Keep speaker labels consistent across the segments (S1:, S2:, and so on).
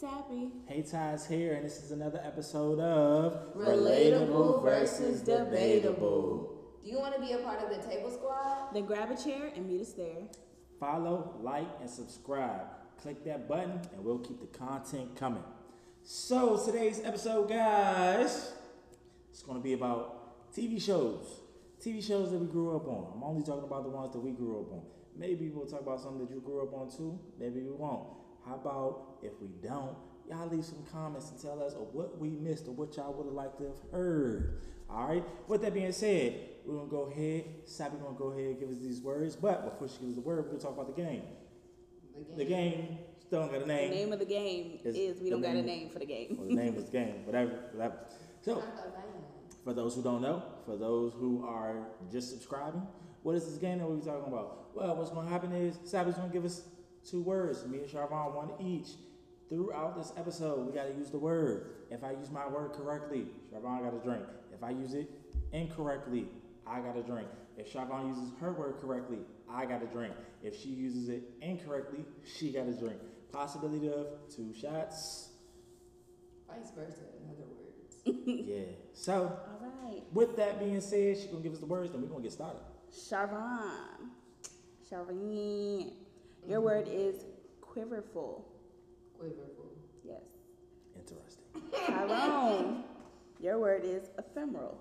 S1: Tabby.
S2: Hey Ty's here, and this is another episode of
S3: Relatable versus debatable. Do you want to be a part of the table squad?
S1: Then grab a chair and meet us there.
S2: Follow, like, and subscribe. Click that button, and we'll keep the content coming. So, today's episode, guys, it's going to be about TV shows. TV shows that we grew up on. I'm only talking about the ones that we grew up on. Maybe we'll talk about something that you grew up on too. Maybe we won't. How about if we don't, y'all leave some comments and tell us of what we missed or what y'all would have liked to have heard. All right. With that being said, we're gonna go ahead. Sappy gonna go ahead and give us these words. But before she gives us the word, we're gonna talk about the game. The game still don't got a
S1: The
S2: name.
S1: name of the game
S2: It's
S1: is we
S2: the
S1: don't got a
S2: name-
S1: name for the
S2: Or
S1: game.
S2: the name of the game. Whatever. Whatever. So. For those who don't know, for those who are just subscribing, what is this game that we're talking about? Well, what's going to happen is Savage going to give us two words. Me and Charvon, one each. Throughout this episode, we got to use the word. If I use my word correctly, Charvon got a drink. If I use it incorrectly, I got a drink. If Charvon uses her word correctly, I got a drink. If she uses it incorrectly, she got a drink. Possibility of two shots.
S3: Vice versa, in other words.
S2: yeah. So,
S1: All right,
S2: with that being said, she's going to give us the words, then we're going to get started.
S1: Sharvan. Sharvan. Your word is quiverful.
S3: Quiverful.
S1: Yes.
S2: Interesting.
S1: Tyrone. Your word is ephemeral.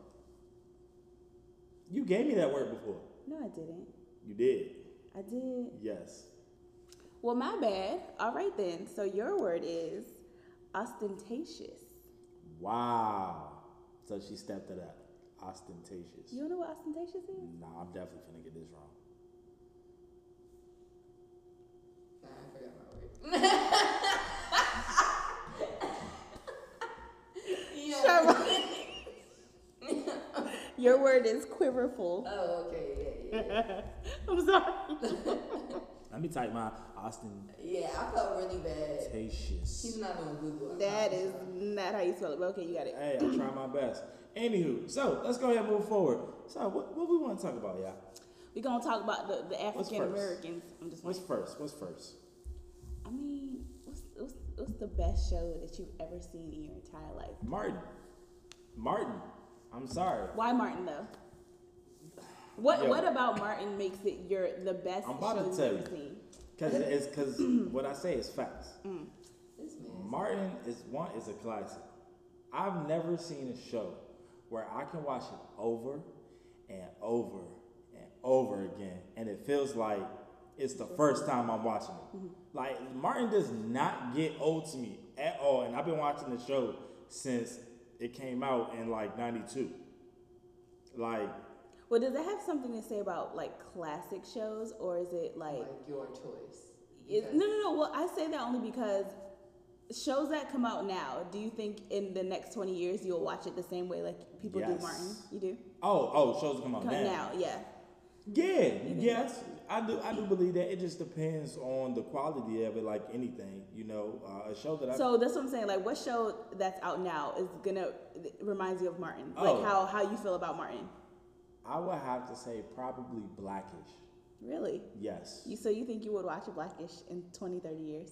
S2: You gave me that word before.
S1: No, I didn't.
S2: You did.
S1: I did.
S2: Yes.
S1: Well, my bad. All right then. So your word is ostentatious.
S2: Wow. So she stepped it up. Ostentatious.
S1: You don't know what ostentatious is?
S2: Nah, I'm definitely finna get this wrong.
S3: Nah, I forgot my word. You know-
S1: Your word is quiverful.
S3: Oh, okay, yeah, yeah.
S1: I'm sorry.
S2: Let me type my ostentatious.
S3: Yeah, I felt really bad. He's not on Google. I
S1: That
S3: promise
S1: is
S3: you.
S1: not how you spell it, but okay, you got it.
S2: Hey, I try my best. Anywho, so let's go ahead and move forward. So what, what we want to talk about, y'all?
S1: We're gonna talk about the, the
S2: What's
S1: African Americans. I'm just
S2: What's first? What's first?
S1: I mean, what's, what's, what's the best show that you've ever seen in your entire life?
S2: Martin. Martin. I'm sorry.
S1: Why Martin though? What
S2: Yo.
S1: what about Martin makes it your the best
S2: I'm about to
S1: show you've
S2: tell
S1: ever
S2: you.
S1: seen?
S2: Cause it's cause what I say is facts.
S3: This man.
S2: Martin is one is a classic. I've never seen a show where I can watch it over and over and over again, and it feels like it's the first time I'm watching it. Like Martin does not get old to me at all, and I've been watching the show since it came out in like '92. Like
S1: Well, does it have something to say about like classic shows, or is it like
S3: Like your choice.
S1: Is, no, no, no. Well, I say that only because shows that come out now. Do you think in the next twenty years you'll watch it the same way like people do
S2: Yes.
S1: Martin? You do
S2: oh oh, shows come out
S1: come
S2: now.
S1: now, yeah.
S2: Yeah, yes, I do. I do believe that it just depends on the quality of it, like anything. You know, uh, a show that I
S1: So that's what I'm saying. Like, what show that's out now is gonna it reminds you of Martin?
S2: Oh.
S1: Like how how you feel about Martin?
S2: I would have to say probably Blackish.
S1: Really?
S2: Yes.
S1: You so you think you would watch Blackish in 20, 30 years?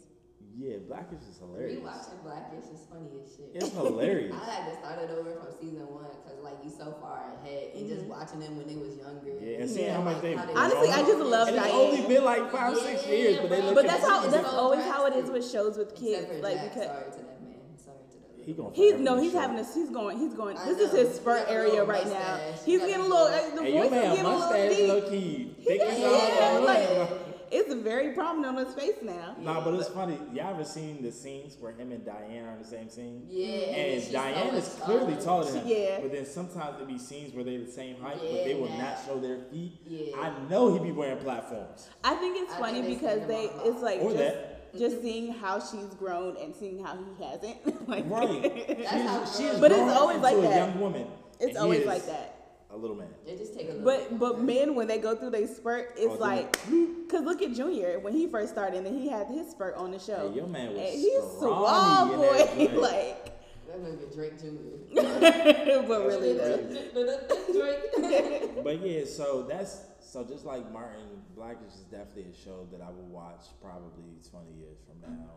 S2: Yeah, Blackish is hilarious.
S3: Rewatching Blackish is funny as shit.
S2: It's hilarious.
S3: I had to start it over from season one because like you so far ahead and just watching them when they was younger.
S2: Yeah, and seeing how
S3: like,
S2: much they
S3: how
S1: Mm-hmm. Honestly, I just love
S2: And it's
S1: Diane.
S2: only been like five, six
S3: Yeah,
S2: years, but they
S3: bro.
S2: look.
S1: But
S2: at
S1: that's
S2: it-
S1: how
S3: He's
S1: that's
S3: so
S1: always how it is
S3: drastic.
S1: with shows with
S3: Except
S1: kids.
S3: for
S1: Like
S3: Jack.
S1: because
S3: sorry to that man. Sorry to that.
S2: He
S3: little
S2: gonna
S1: He's
S2: forever
S1: no,
S2: be
S1: he's
S2: short.
S1: having this. He's going. He's going.
S3: I
S1: This is
S3: know.
S1: his
S3: He got
S1: spurt
S3: a
S1: area
S3: little
S1: right now.
S3: mustache. He
S1: He's
S3: got
S1: getting a
S3: a
S1: little.
S3: little-
S1: uh, The
S2: Hey,
S1: voice
S2: your
S1: is
S2: man
S1: getting a
S2: mustache
S1: little
S2: low
S1: deep.
S2: key
S1: He
S2: thick
S1: got-
S2: as
S1: yeah,
S2: all.
S1: like it's very prominent on his face now.
S2: Nah, but it's funny. Y'all ever seen the scenes where him and Diane are in the same scene?
S3: Yeah,
S2: And
S3: she's
S2: Diane
S3: so
S2: is
S3: much
S2: clearly taller than him.
S1: Yeah.
S2: But then sometimes there be scenes where they're the same height, but they
S3: Yeah,
S2: will
S3: nah.
S2: not show their feet.
S3: Yeah.
S2: I know he be wearing platforms.
S1: I think it's
S3: I
S1: funny
S3: think they
S1: because
S3: seen
S1: they.
S3: him a lot.
S1: It's like
S2: Or
S1: just,
S2: that.
S1: just seeing how she's grown and seeing how he hasn't. like,
S2: Right.
S3: how
S2: She's- she is
S3: grown-
S1: But it's
S2: grown
S1: always
S2: into
S1: like
S2: a
S1: that.
S2: young woman. and
S1: It's
S2: he
S1: always
S2: is
S1: like that.
S2: A little man.
S3: It just take a little.
S1: But
S3: bit
S1: but
S3: longer.
S1: men when they go through their spurt, it's
S2: Oh, they-
S1: like because look at Junior when he first started and then he had his spurt on the show.
S2: Hey, your man was
S1: and he's suave,
S2: scrawny in
S1: boy.
S2: that joint.
S1: like,
S3: that nigga Drake Jr.
S1: but really though.
S3: Drake.
S2: But yeah, so that's so just like Martin Blackish is definitely a show that I will watch probably 20 years from now.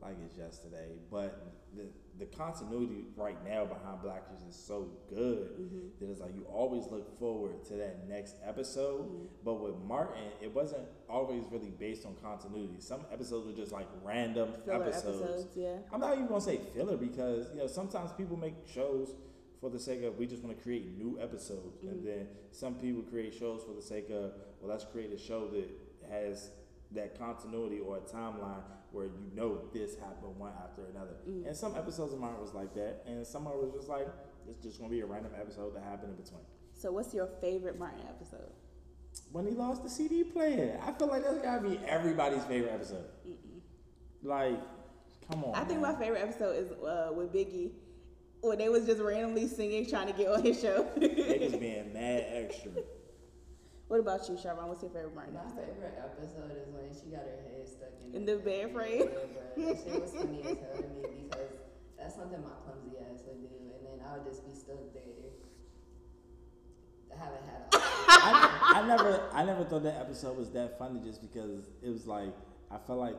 S2: like it's yesterday. But the the continuity right now behind Black Sheep is so good that it's like you always look forward to that next episode. But with Martin, it wasn't always really based on continuity. Some episodes were just like random
S1: Filler
S2: episodes.
S1: episodes, yeah.
S2: I'm not even gonna say filler because you know sometimes people make shows for the sake of we just want to create new episodes,
S1: Mm-hmm.
S2: and then some people create shows for the sake of well let's create a show that has that continuity or a timeline where you know this happened one after another.
S1: Mm.
S2: And some episodes of mine was like that, and some of it was just like it's just gonna be a random episode that happened in between.
S1: So, what's your favorite Martin episode?
S2: When he lost the CD player, I feel like that's gotta be everybody's favorite episode. Like, come on.
S1: I think
S2: Oh, man.
S1: my favorite episode is uh, with Biggie, when they was just randomly singing, trying to get on his show.
S2: Niggas being mad extra.
S1: what about you, Sharman? What's your favorite Martin
S3: My
S1: episode?
S3: favorite episode is when she got her head stuck in,
S1: In the bed frame.
S3: She was funny as hell to me because that's something my clumsy ass would do, and then I would just be stuck there. I haven't had. A,
S2: I, I never, I never thought that episode was that funny just because it was like I felt like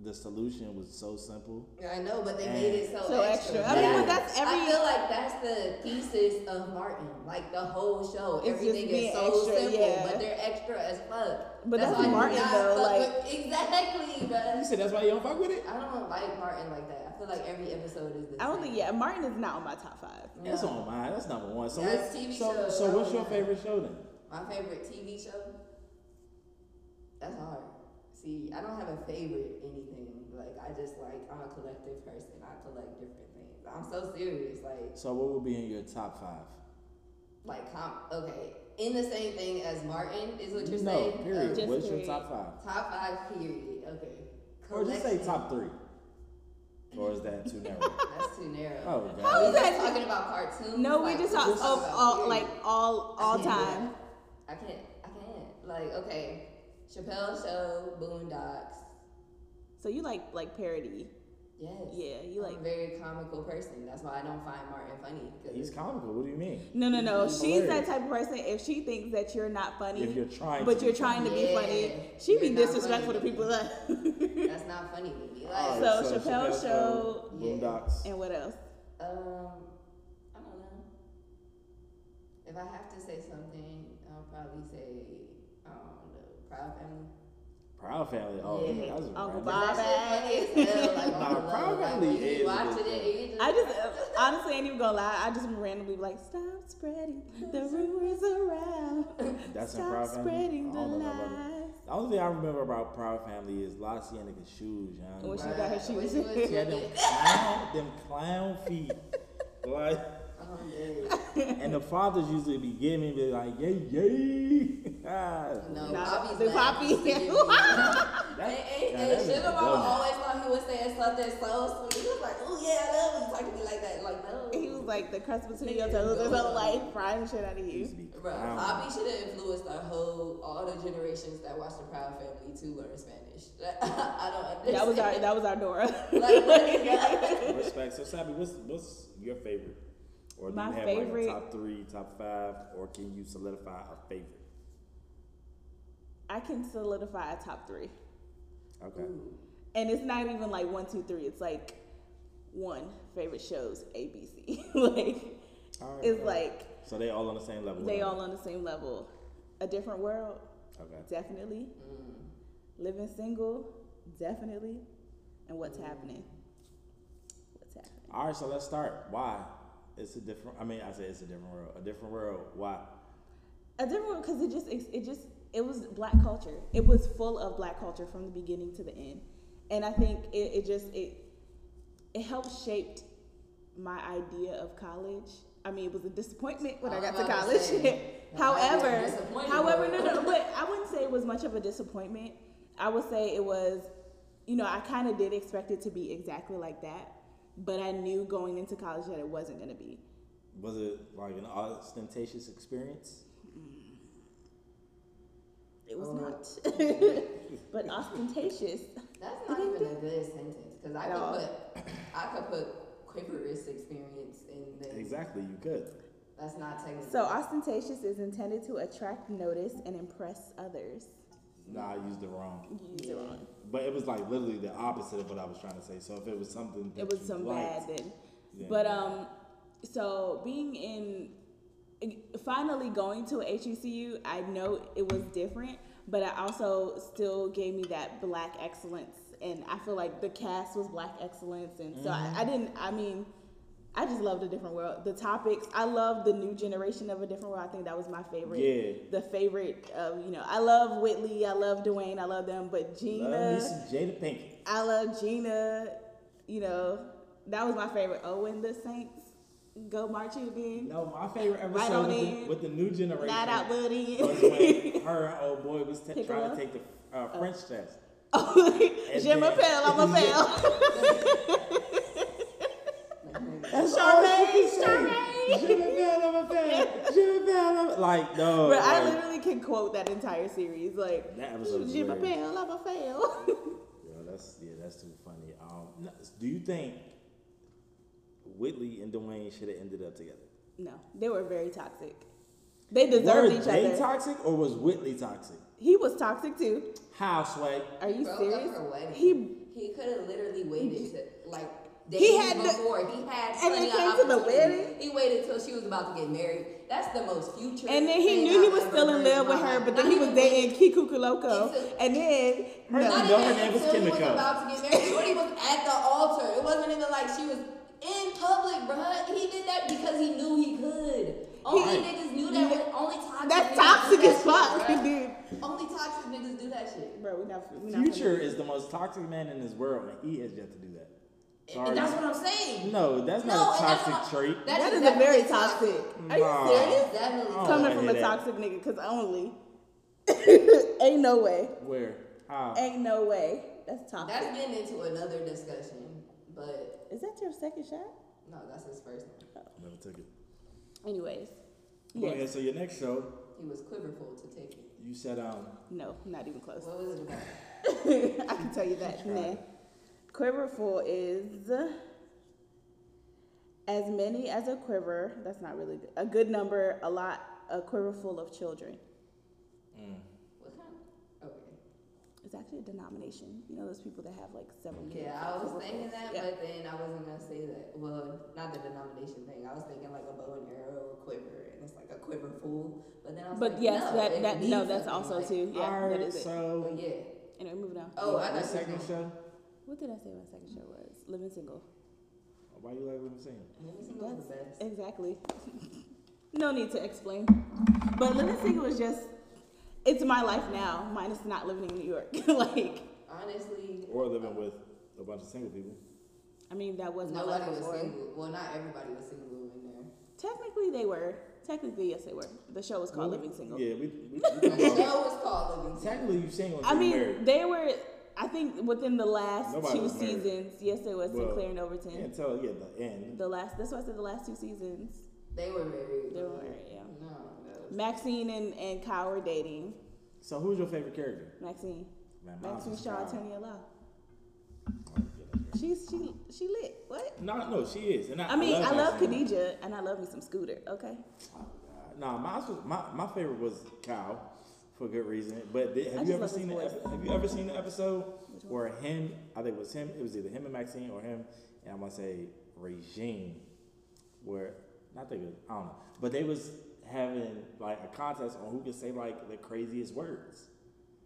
S2: the solution was so simple.
S3: I know, but they made it so,
S1: So
S3: extra.
S1: extra. I
S2: mean, but
S1: that's every-
S3: I feel like that's the thesis of Martin. Like the whole show,
S1: It's just
S3: everything
S1: being
S3: is so
S1: extra,
S3: simple,
S1: yeah.
S3: but they're extra as fuck.
S1: But that's
S3: why I do
S1: Martin,
S3: not
S1: though,
S3: fuck with- exactly,
S2: You
S3: but
S2: said that's why you don't fuck with it.
S3: I don't like Martin like that. I feel like every episode is. The
S1: I
S3: same.
S1: don't think, yeah, Martin is not on my top five.
S2: That's on mine. That's number one. So,
S3: That's
S2: what-
S3: TV
S2: so,
S3: shows.
S2: so what's
S3: That's
S2: your
S3: on
S2: favorite show then?
S3: My favorite TV show? That's hard. See, I don't have a favorite anything. Like, I just like, I'm a collective person. I collect different things. I'm so serious. Like,
S2: So, what would be in your top five?
S3: like, com- okay, in the same thing as Martin is what you're
S2: no,
S3: saying?
S2: period.
S1: Just
S2: what's
S1: period.
S2: your top five?
S3: Oh, top five, period. Okay.
S2: Or just say
S3: Collection.
S2: top three. Or is that too narrow?
S3: That's too narrow.
S1: How
S2: oh god.
S3: We just
S1: is that-
S3: talking about cartoons.
S1: No, we
S3: like,
S1: just talk of
S3: about
S1: all,
S3: period.
S1: like, all,
S3: I
S1: all
S3: can't do that.
S1: time.
S3: I can't. I can't. Like, okay, Chappelle Show, Boondocks.
S1: So, you like, like parody.
S3: Yes.
S1: Yeah, you
S3: I'm
S1: like-
S3: a very comical person. That's why I don't find Martin funny. 'cause
S2: He's comical. What do you mean?
S1: No, no, no. She's
S2: He's
S1: that
S2: hilarious.
S1: type of person. If she thinks that you're not funny,
S2: If you're trying
S1: but
S2: to
S1: you're
S2: be
S1: trying to be
S3: funny.
S1: funny,
S3: Yeah,
S1: she
S3: you're
S1: be
S3: not
S1: disrespectful to
S3: funny.
S1: people. Like,
S3: that's not funny to me. Like,
S1: So, Chappelle Show-
S2: Oh, Boondocks.
S1: and what else?
S2: Oh.
S3: um, I don't know. If I have to say something, I'll probably say, I don't know, Proud Family.
S2: Proud Family. Oh,
S3: Yeah.
S2: yeah. that was a
S1: Uncle
S2: random.
S1: Bob. Proud
S3: That shit funny as hell. Like,
S2: Nah,
S3: on the
S2: Proud
S3: low. Like,
S2: Family
S3: when
S2: is
S3: you watch
S2: good
S3: it,
S2: shit.
S3: you just,
S1: I just uh, honestly ain't even gonna lie. I just randomly be like, stop spreading the rumors around.
S2: That's in
S1: stop
S2: Proud Family?
S1: spreading the
S2: I don't know about that.
S1: lies.
S2: The only thing I remember about Proud Family is La Cienega shoes, y'all.
S1: When she got her
S3: Right. When
S1: shoes.
S3: she was
S2: She had them
S3: drinking.
S2: clown, them clown feet. Like,
S3: I'm dead.
S2: and the fathers usually be giving be like, yay, yay. Ah,
S3: No,
S1: Nah,
S3: Poppy's
S1: the
S3: laugh
S1: Poppy.
S3: used to give me- And, and,
S2: yeah,
S3: and
S2: that is
S3: Sugar Mama
S2: dumb.
S3: always thought he was saying something so sweet. He was like, oh yeah, I love when you talk to me like that. Like, no.
S1: He was like the crust between your
S3: Nigga,
S1: toes. There's
S3: go.
S1: a life frying the shit out of
S2: Used to
S1: you.
S2: be
S3: Bro,
S2: clown.
S3: Bobby should have influenced our whole, all the generations that watched the Proud Family to learn Spanish. I don't understand.
S1: That was our that was our Dora.
S3: Like, what?
S2: Respect. So, Sabi, what's, what's your favorite? Or do
S1: My
S2: you have
S1: favorite-
S2: like a top three, top five, or can you solidify a favorite?
S1: I can solidify a top three.
S2: Okay.
S1: And it's not even like one, two, three. It's like one favorite shows ABC. like
S2: All right,
S1: it's
S2: all right.
S1: like
S2: So they all on the same level.
S1: they
S2: whatever.
S1: all on the same level. A different world,
S2: Okay.
S1: definitely. Living single, definitely. And what's happening? What's happening?
S2: All right, so let's start. Why? It's a different. I mean, I say it's a different world. A different world. Why?
S1: A different world because it just it it just it was black culture. It was full of black culture from the beginning to the end, and I think it, it just it it helped shaped my idea of college. I mean, it was a disappointment when I,
S3: I was
S1: got to
S3: about to
S1: college.
S3: say, I
S1: however,
S3: was disappointed.
S1: however, no, no, but I wouldn't say it was much of a disappointment. I would say it was, you know, I kind of did expect it to be exactly like that, but I knew going into college that it wasn't going to be.
S2: Was it like an ostentatious experience?
S1: It was
S3: Oh.
S1: not, but ostentatious.
S3: That's not even a good sentence because I
S1: No.
S3: could put I could put quaverous experience in there.
S2: Exactly. You could.
S3: That's not technical.
S1: So ostentatious is intended to attract notice and impress others.
S2: Nah, I used it wrong.
S1: Yeah.
S2: But it was like literally the opposite of what I was trying to say. So if it was something, that
S1: It was
S2: you
S1: some
S2: liked,
S1: bad then.
S2: Yeah.
S1: But um, so being in, finally going to a HBCU, I know it was different, but it also still gave me that black excellence, and I feel like the cast was black excellence, and so I, I
S2: Mm-hmm.
S1: didn't. I mean. I just loved a different world. The topics, I love the new generation of a different world. I think that was my favorite.
S2: Yeah.
S1: The favorite of you know, I love Whitley, I love Dwayne, I love them, but Gina,
S2: love me some Jada Pinkett.
S1: I love Gina. You know, that was my favorite. Oh, when the Saints go marching again.
S2: No, my favorite episode
S1: Right on
S2: with, the,
S1: in.
S2: with the new generation
S1: Not out
S2: was
S1: Woody.
S2: when her and old boy was t-
S1: Pick
S2: trying
S1: her
S2: to
S1: up? Oh.
S2: take the uh, French test. And
S1: Jim
S2: then-
S1: Appel, I'm a fail.
S2: That's all
S1: Charmaine,
S2: I fucking say. Jimmy Bell, I'm a fan. Jimmy Bell, I'm a- like no.
S1: But I
S2: like,
S1: literally can quote that entire series. Like,
S2: That episode was
S1: Jim
S2: hilarious.
S1: Appel, I'm a fail.
S2: Yo, that's yeah, that's too funny. Um, no, do you think Whitley and Dwayne should have ended up together?
S1: no, they were very toxic. They deserved
S2: Were
S1: each
S2: they
S1: other.
S2: toxic or was Whitley toxic?
S1: he was toxic too.
S2: How sway?
S1: Are you
S3: broke
S1: serious?
S3: up her wedding.
S1: He
S3: he could have literally waited to like days
S1: He had the-
S3: before. he had
S1: and
S3: plenty
S1: it
S3: of
S1: came to the
S3: opportunity.
S1: wedding?
S3: He waited till she was about to get married. That's the most future.
S1: And then he
S3: thing
S1: knew he
S3: I've
S1: was
S3: ever
S1: still in
S3: heard
S1: love
S3: my
S1: with her,
S3: life.
S1: but
S3: Not
S1: then he was
S3: even
S1: dating Kiku Kuloko.
S3: It's a-
S1: And then
S2: Her
S1: no.
S3: Not
S2: name- know
S3: even
S2: her name was
S3: until he
S2: Kimiko.
S3: was about to get married. Shorty was at the altar. It wasn't even like she was in public, bruh. He did that because he knew he could. Only
S2: Right.
S3: niggas knew that. when- Only toxic.
S1: That's
S3: niggas
S1: toxic
S3: do that
S1: as fuck,
S3: shit, bruh.
S1: dude.
S3: Only toxic niggas do that shit.
S1: Bro, we not, we not
S2: Future is the most toxic man in this world, and he has yet to do that. Sorry.
S3: And that's what I'm saying.
S2: no, that's
S3: No,
S2: not a
S3: and that's
S2: toxic
S3: not-
S2: trait.
S3: that
S1: that
S3: is
S1: is a
S3: definitely
S1: very toxic.
S2: toxic.
S1: Are you
S2: Nah.
S1: serious?
S3: It's definitely
S2: Oh.
S1: Coming
S2: I
S1: from
S2: hear
S1: a
S2: that.
S1: toxic nigga, cause only ain't no way,
S2: Where? How?
S1: ain't no way. That's toxic.
S3: That's getting into another discussion, but
S1: is that your second shot?
S3: no, that's his first one.
S2: Never took it.
S1: Anyways,
S2: Go
S1: yes.
S2: ahead. So your next show,
S3: He was quiverful to take it.
S2: you said um.
S1: no, not even close.
S3: What was it about?
S1: I can tell you that.
S2: Try
S1: Nah.
S2: it.
S1: Quiverful is as many as a quiver. That's not really good. a good number. A lot. A quiverful of children.
S2: mm.
S3: What kind? of- Okay.
S1: It's actually a denomination. You know those people that have like several kids.
S3: Yeah, I was thinking that,
S1: Yeah.
S3: but then I wasn't gonna say that. Well, not the denomination thing. I was thinking like a bow and arrow or quiver, and it's like a quiver full. But then I was
S1: But
S3: like,
S1: yes,
S3: no,
S1: that
S3: it
S1: that
S3: means
S1: no, that's
S3: something,
S1: also
S3: like-
S1: too. Yeah, that
S2: All right.
S1: is it.
S3: But
S2: so.
S3: yeah.
S1: Anyway, moving on.
S3: Oh, I
S2: the
S3: thought
S2: second show.
S1: What did I say my second show was? Living single.
S2: Why you like what I'm saying?
S3: That's the best.
S1: Exactly. no need to explain. But living single is just it's my life now, minus not living in New York. like
S3: Honestly,
S2: Or living with a bunch of single people.
S1: I mean that was my
S3: nobody
S1: life
S3: was
S1: before.
S3: single. Well, not everybody was single in there.
S1: Technically they were. Technically, yes they were. The show was called Living Single.
S2: Yeah, we. we, we
S3: The
S2: talking about-
S3: show was called Living Single.
S2: technically, you single.
S1: I
S2: until you're
S1: mean,
S2: married.
S1: they were I think within the last
S2: Nobody
S1: two
S2: was married.
S1: seasons, yes they was
S2: Well,
S1: Sinclair and Overton.
S2: Yeah, until yeah, the end.
S1: The last that's why I said the last two seasons.
S3: They were married.
S1: They were married, yeah.
S3: No, no.
S1: Maxine and, and Kyle were dating.
S2: So who's your favorite character?
S1: Maxine.
S2: Man, mine
S1: Maxine
S2: was
S1: Shaw,
S2: Uh-huh. Kyle.
S1: Attorney at Law.
S2: Oh, yeah, that's right.
S1: She's she she lit. What?
S2: No, no, she is. And I,
S1: I mean, I love
S2: Maxine.
S1: Khadija and I love me some Scooter. Okay.
S2: Oh, God. Nah, mine was, my my favorite was Kyle, for good reason. But did,
S1: I
S2: have
S1: just
S2: you ever
S1: love his
S2: seen the
S1: voice.
S2: epi- have you ever seen the episode where him? I think it was him. It was either him and Maxine or him and I'm gonna say Regine, where I think it was, I don't know, but they was having like a contest on who could say like the craziest words.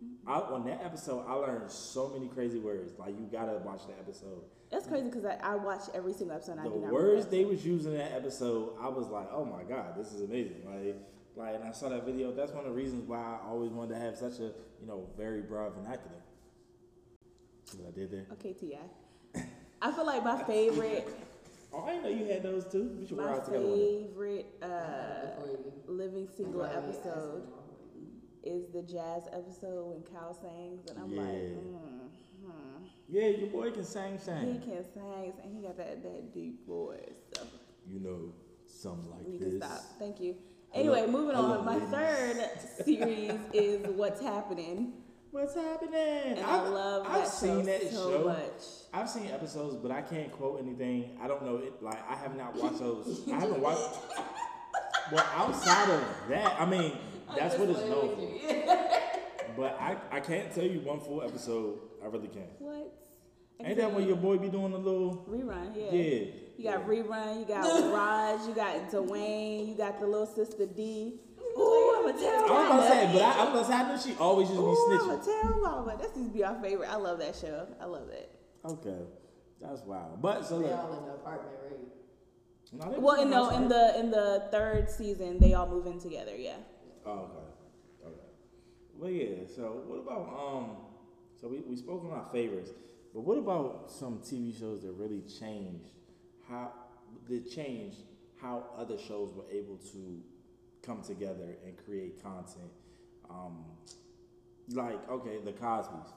S1: Mm-hmm.
S2: I, on that episode, I learned so many crazy words. Like you gotta watch that episode.
S1: That's crazy because I, I watch every single episode. And I
S2: the
S1: do not
S2: words
S1: remember.
S2: they was using in that episode, I was like, oh my god, this is amazing. Like, like, and I saw that video. That's one of the reasons why I always wanted to have such a, you know, very broad vernacular. See What I did there.
S1: Okay, Ti. I feel like my favorite,
S2: Oh, I didn't know you had those too. We should wear
S1: my
S2: out together. one day.
S1: favorite uh,
S3: Before you-
S1: living single
S3: Nobody asked
S1: episode
S3: me all the way.
S1: is the jazz episode when Kyle sings, and I'm like,
S2: Yeah.
S1: mm, hmm.
S2: Yeah, your boy can sing,
S1: he
S2: sing.
S1: can sing, and he got that that deep voice. So
S2: You know, something like
S1: you
S2: this.
S1: can stop. Thank you.
S2: Hello-
S1: Anyway, moving
S2: hello,
S1: on. My
S2: ladies.
S1: third series is what's happening.
S2: What's happening?
S1: And I love
S2: I've
S1: that
S2: seen
S1: show
S2: that
S1: so
S2: show.
S1: much.
S2: I've seen episodes, but I can't quote anything. I don't know it. Like I have not watched those. I haven't watched. Well, outside of that, I mean,
S3: I'm
S2: that's
S3: just
S2: what it's
S3: playing
S2: known
S3: with
S2: for.
S3: you.
S2: but I, I can't tell you one full episode. I really can't.
S1: What? I
S2: Ain't
S1: can
S2: that
S1: tell
S2: when
S1: you.
S2: your boy be doing a little?
S1: Rerun, yeah.
S2: Yeah.
S1: You got Rerun, you got Raj, you got Dwayne, you got the little sister D. Ooh, I'ma tell
S2: I was about to
S1: Mama.
S2: say, but I, I was about to say, I know she always used to
S1: Ooh,
S2: be
S1: I'ma
S2: snitching.
S1: tell Mama. That's used to be our favorite. I love that show. I love it.
S2: Okay, that's wild. But so
S3: They
S2: look,
S3: all in the apartment, right?
S2: no, they
S1: Well,
S2: was
S1: in
S2: doing
S1: the
S2: that
S1: in the
S2: shit.
S1: in the third season, they all move in together. Yeah.
S2: Oh, okay, okay. Well, yeah. So what about um? So we we spoke on our favorites, but what about some TV shows that really changed how that changed how other shows were able to come together and create content? Um, like okay, the Cosby's.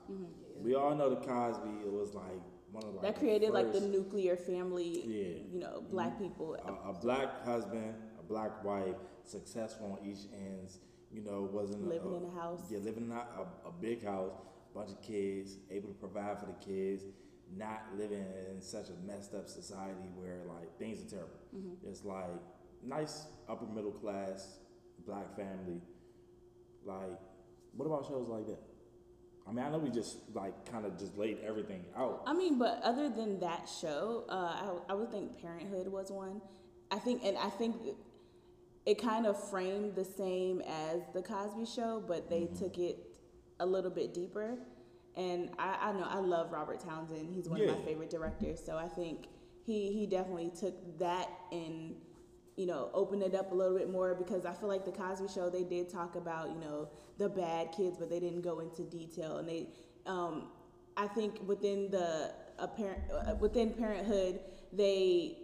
S2: We all know the Cosby. It was like one of like
S1: Mm-hmm. that
S2: the
S1: created like the
S2: first-
S1: nuclear family.
S2: Yeah.
S1: You know, black people.
S2: a, a black husband, a black wife, successful on each ends. You know, wasn't
S1: Living
S2: a,
S1: in a house.
S2: Yeah, living in a, a, a big house, bunch of kids, able to provide for the kids, not living in such a messed up society where like things are terrible.
S1: Mm-hmm.
S2: It's like nice upper middle class black family. Like, what about shows like that? I mean, I know we just like kind of just laid everything out.
S1: I mean, but other than that show, uh, I, I would think Parenthood was one. I think, and I think it kind of framed the same as the Cosby Show, but they took it a little bit deeper. And I, I know I love Robert Townsend. He's one of
S2: Yeah.
S1: my favorite directors. So I think he he definitely took that and you know opened it up a little bit more because I feel like the Cosby Show they did talk about you know the bad kids, but they didn't go into detail. And they, um, I think within the a parent uh, within Parenthood they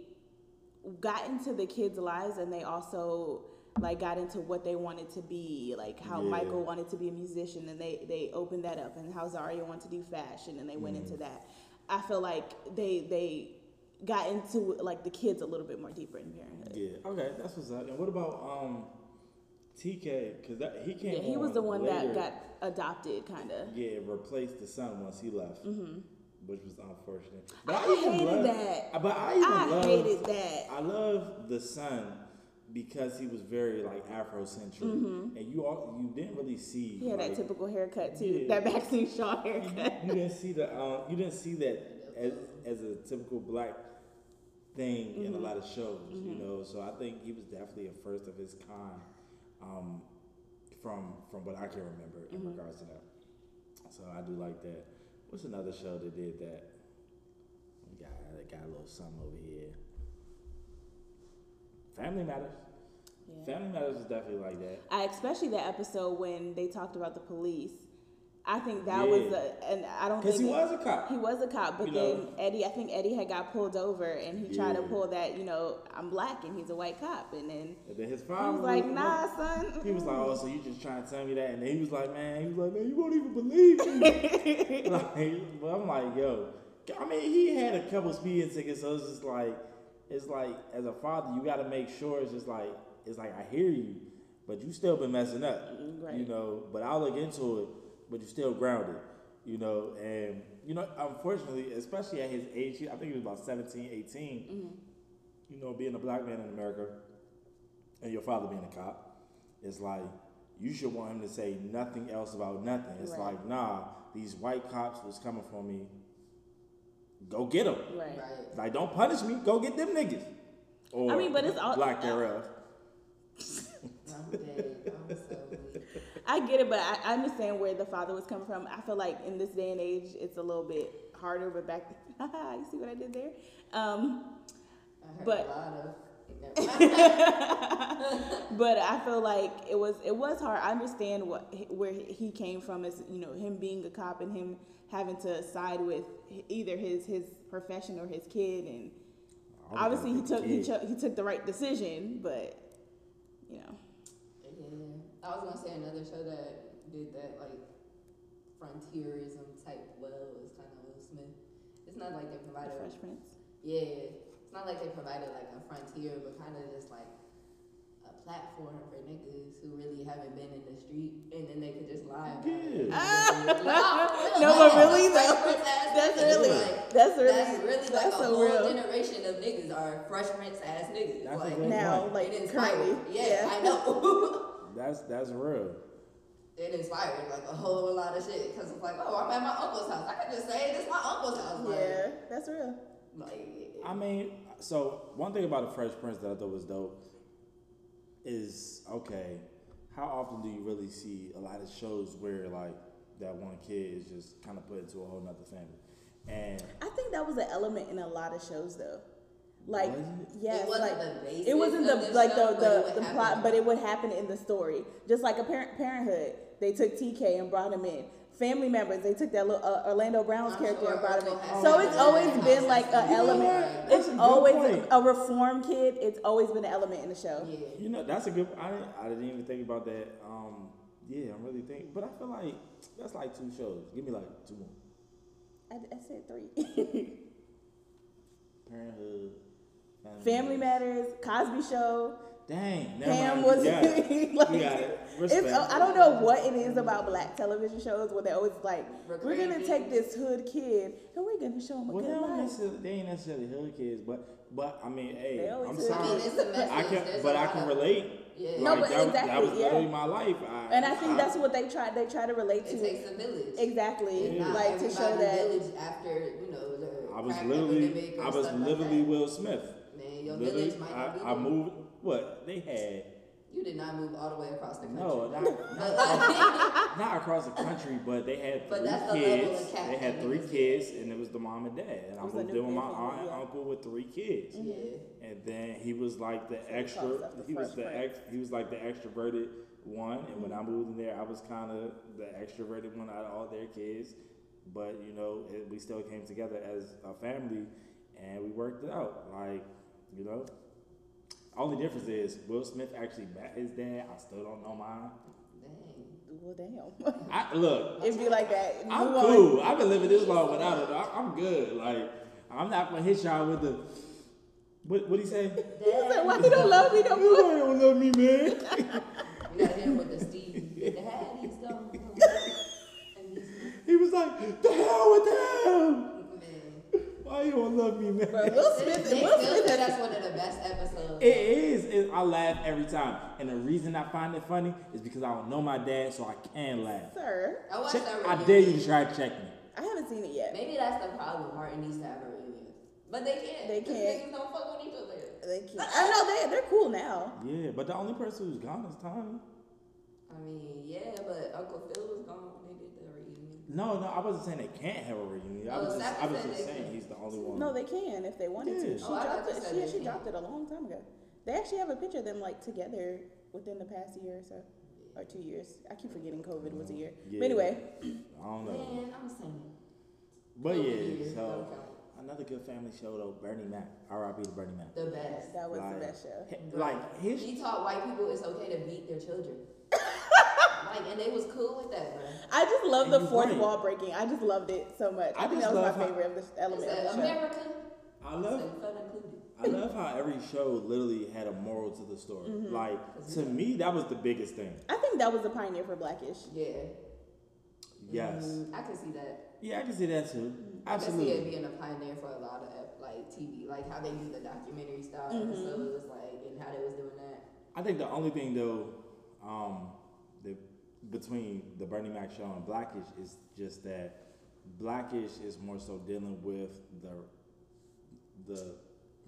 S1: got into the kids' lives and they also like got into what they wanted to be, like how
S2: Yeah.
S1: Michael wanted to be a musician and they they opened that up and how Zaria wanted to do fashion and they went
S2: Mm.
S1: into that. I feel like they they got into like the kids a little bit more deeper in parenthood.
S2: Yeah. Okay, that's what's up. And what about um, TK? Because that he came.
S1: Yeah, he was
S2: on
S1: the one
S2: later.
S1: that got adopted kind of.
S2: Yeah, replaced the son once he left, which was unfortunate.
S1: Mm-hmm. I
S2: even
S1: hated
S2: love- uh,
S1: that.
S2: But I even
S1: I
S2: love.
S1: hated that.
S2: I love the son because he was very like Afrocentric, and you all you didn't really see.
S1: Mm-hmm. He had that
S2: like,
S1: typical haircut too,
S2: Yeah.
S1: that Maxine Shaw
S2: you,
S1: haircut.
S2: you didn't see the um, you didn't see that as as a typical black thing in a
S1: Mm-hmm.
S2: lot of shows, you know. So I think he was definitely a first of his kind, um, from from what I can remember
S1: Mm-hmm.
S2: in regards to that. So I do like that. What's another show that did that? We got that got a little something over here. Family Matters.
S1: Yeah.
S2: Family Matters is definitely like that.
S1: I especially that episode when they talked about the police. I think that was
S2: Yeah.
S1: a, and I don't
S2: Cause
S1: think it-
S2: he was a cop.
S1: He was a cop, but
S2: You
S1: then
S2: know.
S1: Eddie, I think Eddie had got pulled over, and he tried to
S2: Yeah.
S1: pull that, you know, I'm black and he's a white cop, and then
S2: And then his
S1: he
S2: father
S1: was like, Nah, son.
S2: Um, He was like, "Oh, so you just trying to tell me that?" And he was like, "Man, he was like, man, you won't even believe me." like, but I'm like, "Yo, I mean, he had a couple speeding tickets, so it's just like, it's like as a father, you got to make sure it's just like, it's like I hear you, but you still been messing up,
S1: Right.
S2: you know. But I'll look into it, but you still grounded, you know. And you know, unfortunately, especially at his age, he- I think he was about 17, 18, You know, being a black man in America, and your father being a cop, it's like you should want him to say nothing else about nothing. It's
S1: Right.
S2: like, nah, these white cops was coming for me. Go get them.
S1: right.
S3: Right.
S2: Like, don't punish me. Go get them niggas. Or
S1: I mean, but it's all-
S2: lack thereof.
S3: I'm dead. I'm so weak.
S1: I get it, but I, I understand where the father was coming from. I feel like in this day and age, it's a little bit harder, but back, you see what I did there? Um,
S3: I heard
S1: But-
S3: a lot of. Never mind.
S1: but I feel like it was it was hard. I understand what where he came from as you know him being a cop and him having to side with either his his profession or his kid, and
S2: I was
S1: obviously he took he,
S2: kid.
S1: cho- he took the right decision, but you know
S3: Yeah. I was gonna say another show that did that like frontierism type well was kind of Will Smith. It's not like they
S1: the
S3: provided
S1: Fresh Prince.
S3: yeah, it's not like they provided like a frontier, but kind of just like a platform for niggas who really haven't been in the street, and then they could just lie. About it.
S2: Yeah.
S3: Like, oh,
S1: No, but really
S3: like,
S1: though,
S3: Prince ass
S1: that's
S3: niggas,
S1: really
S3: like,
S1: that's really
S3: that's really like
S1: that's
S3: a
S1: so
S3: whole
S1: real
S3: generation of niggas are fresh prince ass niggas.
S2: That's a
S3: like,
S2: good
S1: now,
S2: point.
S1: like
S3: it is
S1: currently,
S3: like, yeah, I know.
S2: That's that's real.
S3: it inspired like a whole lot of shit because it's like, oh, I'm at my uncle's house. I could just say this is my uncle's house. Like,
S1: Yeah, that's real.
S3: Like,
S2: I mean, so one thing about the Fresh Prince that I thought was dope is okay. How often do you really see a lot of shows where like that one kid is just kind of put into a whole nother family? And
S1: I think that was an element in a lot of shows though. Like
S2: Was it?
S1: yes,
S3: It wasn't
S1: like
S3: the basis
S1: it wasn't
S3: of
S1: the
S3: the
S1: like
S3: show,
S1: the
S3: but it would
S1: the, the
S3: happen.
S1: plot, but it would happen in the story. Just like a parent Parenthood, they took TK and brought him in. Family members, they took that little uh, Orlando Brown's
S3: I'm
S1: character
S3: sure
S1: and brought him
S3: Urkel
S1: in.
S3: has
S1: So
S3: that
S1: it's
S3: in
S1: always
S3: his
S1: been
S3: house.
S1: like an
S3: You know
S1: element.
S2: what? That's
S1: It's
S2: a good
S1: always
S2: point.
S1: a reform kid. It's always been an element in the show.
S3: yeah.
S2: you know, that's a good. I didn't, I didn't even think about that. Um, yeah, I'm really thinking, but I feel like that's like two shows. Give me like two more.
S1: I, I said three.
S2: Parenthood. Family,
S1: Family Matters, Cosby Show.
S2: Dang. never
S1: Pam
S2: mind.
S1: was
S2: Yeah.
S1: like,
S2: you got it. Respect.
S1: it's, oh, I don't know what it is about black television shows where they're always like, we're gonna
S3: Recreate
S1: take this hood kid and we're gonna show him a
S2: Well, they,
S1: good
S2: don't
S1: life.
S2: necessarily, they ain't necessarily hood kids, but but I mean, hey,
S1: They always
S2: I'm
S1: hood
S2: sorry,
S3: I mean, it's a message.
S2: I can,
S3: There's a
S2: but I
S3: lot
S2: can
S3: of-
S2: relate.
S3: Yeah.
S1: No, but
S2: that, was- that
S1: exactly,
S2: was
S1: yeah.
S2: literally my life. I,
S1: And I think that's what they try they try to relate
S3: It
S1: to
S3: takes a village.
S1: exactly,
S3: And not
S1: like to show
S3: everybody
S1: that
S3: village after you know the
S2: I was
S3: crack epidemic
S2: literally,
S3: or
S2: I was
S3: stuff like
S2: literally
S3: that.
S2: Will Smith.
S3: man your
S2: Literally,
S3: village might not be
S2: I, I
S3: there.
S2: moved. What they had?
S3: you did not move all the way across the country
S2: No, not,
S3: but
S2: not,
S3: like
S2: not across the country, but they had
S3: But
S2: three
S3: that's the level
S2: kids.
S3: of cat
S2: They had
S3: that
S2: three
S3: niggas
S2: kids, and it was the mom and dad. And I
S1: was a
S2: moved in with my
S1: nuclear family,
S2: aunt and
S1: yeah.
S2: uncle with three kids.
S3: yeah
S2: And then he was like the
S1: he calls
S2: extra.
S1: himself the
S2: He was
S1: fresh
S2: the
S1: prince.
S2: ex, he was like the extroverted one. And when I moved in there, I was kind of the extroverted one out of all their kids. But you know, it, we still came together as a family, and we worked it out. Like you know, only difference is Will Smith actually met his dad. I still don't know mine.
S3: dang
S1: well damn.
S2: I look.
S1: It'd be like that.
S2: I'm
S1: Move on.
S2: cool. I've been living this long without it. I- I'm good. Like I'm not gonna hit y'all with the. What what he say?
S1: He was like, Why you don't love me no
S2: You
S1: more?
S2: don't love me, man.
S3: you gotta hit him with the Steve dad he's gone and he's
S2: He was like, the hell with them!
S3: man
S2: Why you don't love me, man?
S1: Bro, Will
S3: They
S1: Smith
S3: still
S1: Will Smith
S3: say
S1: has
S3: that's one of the best episodes
S2: It is. It, I laugh every time. And the reason I find it funny is because I don't know my dad, so I can laugh.
S1: sir.
S3: I watched
S2: Check,
S3: that
S2: I
S3: reunion.
S2: dare you to try to check me.
S1: I haven't seen it yet.
S3: maybe that's the problem Martin needs to have a reunion but they can't
S1: They
S3: These niggas
S1: can't.
S3: don't fuck with each other
S1: They can't. I know they they're cool now.
S2: Yeah, but the only person who's gone is Tommy.
S3: I mean yeah but Uncle Phil was gone when they did the reunion
S2: No, no, I wasn't saying they can't have a reunion. I
S3: Oh,
S2: was just, I was
S3: Zach
S2: just
S3: said they
S2: saying
S3: can.
S2: he's the only one.
S1: No, they can if they wanted
S2: Yeah.
S1: to. She
S3: Oh, I
S1: dropped
S3: thought you
S1: it.
S3: said
S1: She,
S3: they
S1: she
S3: can.
S1: dropped it a long time ago. They actually have a picture of them like together within the past year or so, or two years. I keep forgetting COVID was a year.
S2: Yeah.
S1: But anyway,
S2: I don't know.
S3: man I'm saying Don't
S2: But yeah,
S3: care.
S2: so
S3: Don't count.
S2: another good family show though, Bernie Mac. R.I.P. to Bernie Mac.
S3: the
S1: yeah,
S3: best
S1: that was
S2: Right.
S1: the best show.
S2: He- Like his
S3: He taught white people it's okay to beat their children. like, and they was cool with that, bro.
S1: I just love
S2: And
S1: the
S2: you're
S1: fourth
S2: right.
S1: wall breaking. I just loved it so much. I,
S2: I
S1: think that
S2: just
S1: was
S2: love
S1: my
S2: how-
S1: favorite of the element
S3: It's
S1: of
S3: a
S1: the show.
S3: America.
S2: I love
S3: It's a fun included.
S2: I love how every show literally had a moral to the story.
S1: Mm-hmm.
S2: Like to me, that was the biggest thing.
S1: I think that was the pioneer for Blackish.
S3: Yeah.
S2: Yes.
S1: Mm-hmm.
S3: Mhm. I can see that.
S2: Yeah, I can see that too.
S3: I can see
S2: Absolutely.
S3: it being a pioneer for a lot of like TV, like how they do the documentary style.
S1: Mm-hmm.
S3: and So it was like, and how they was doing that.
S2: I think the only thing though, um, the between the Bernie Mac show and Blackish is just that Blackish is more so dealing with the the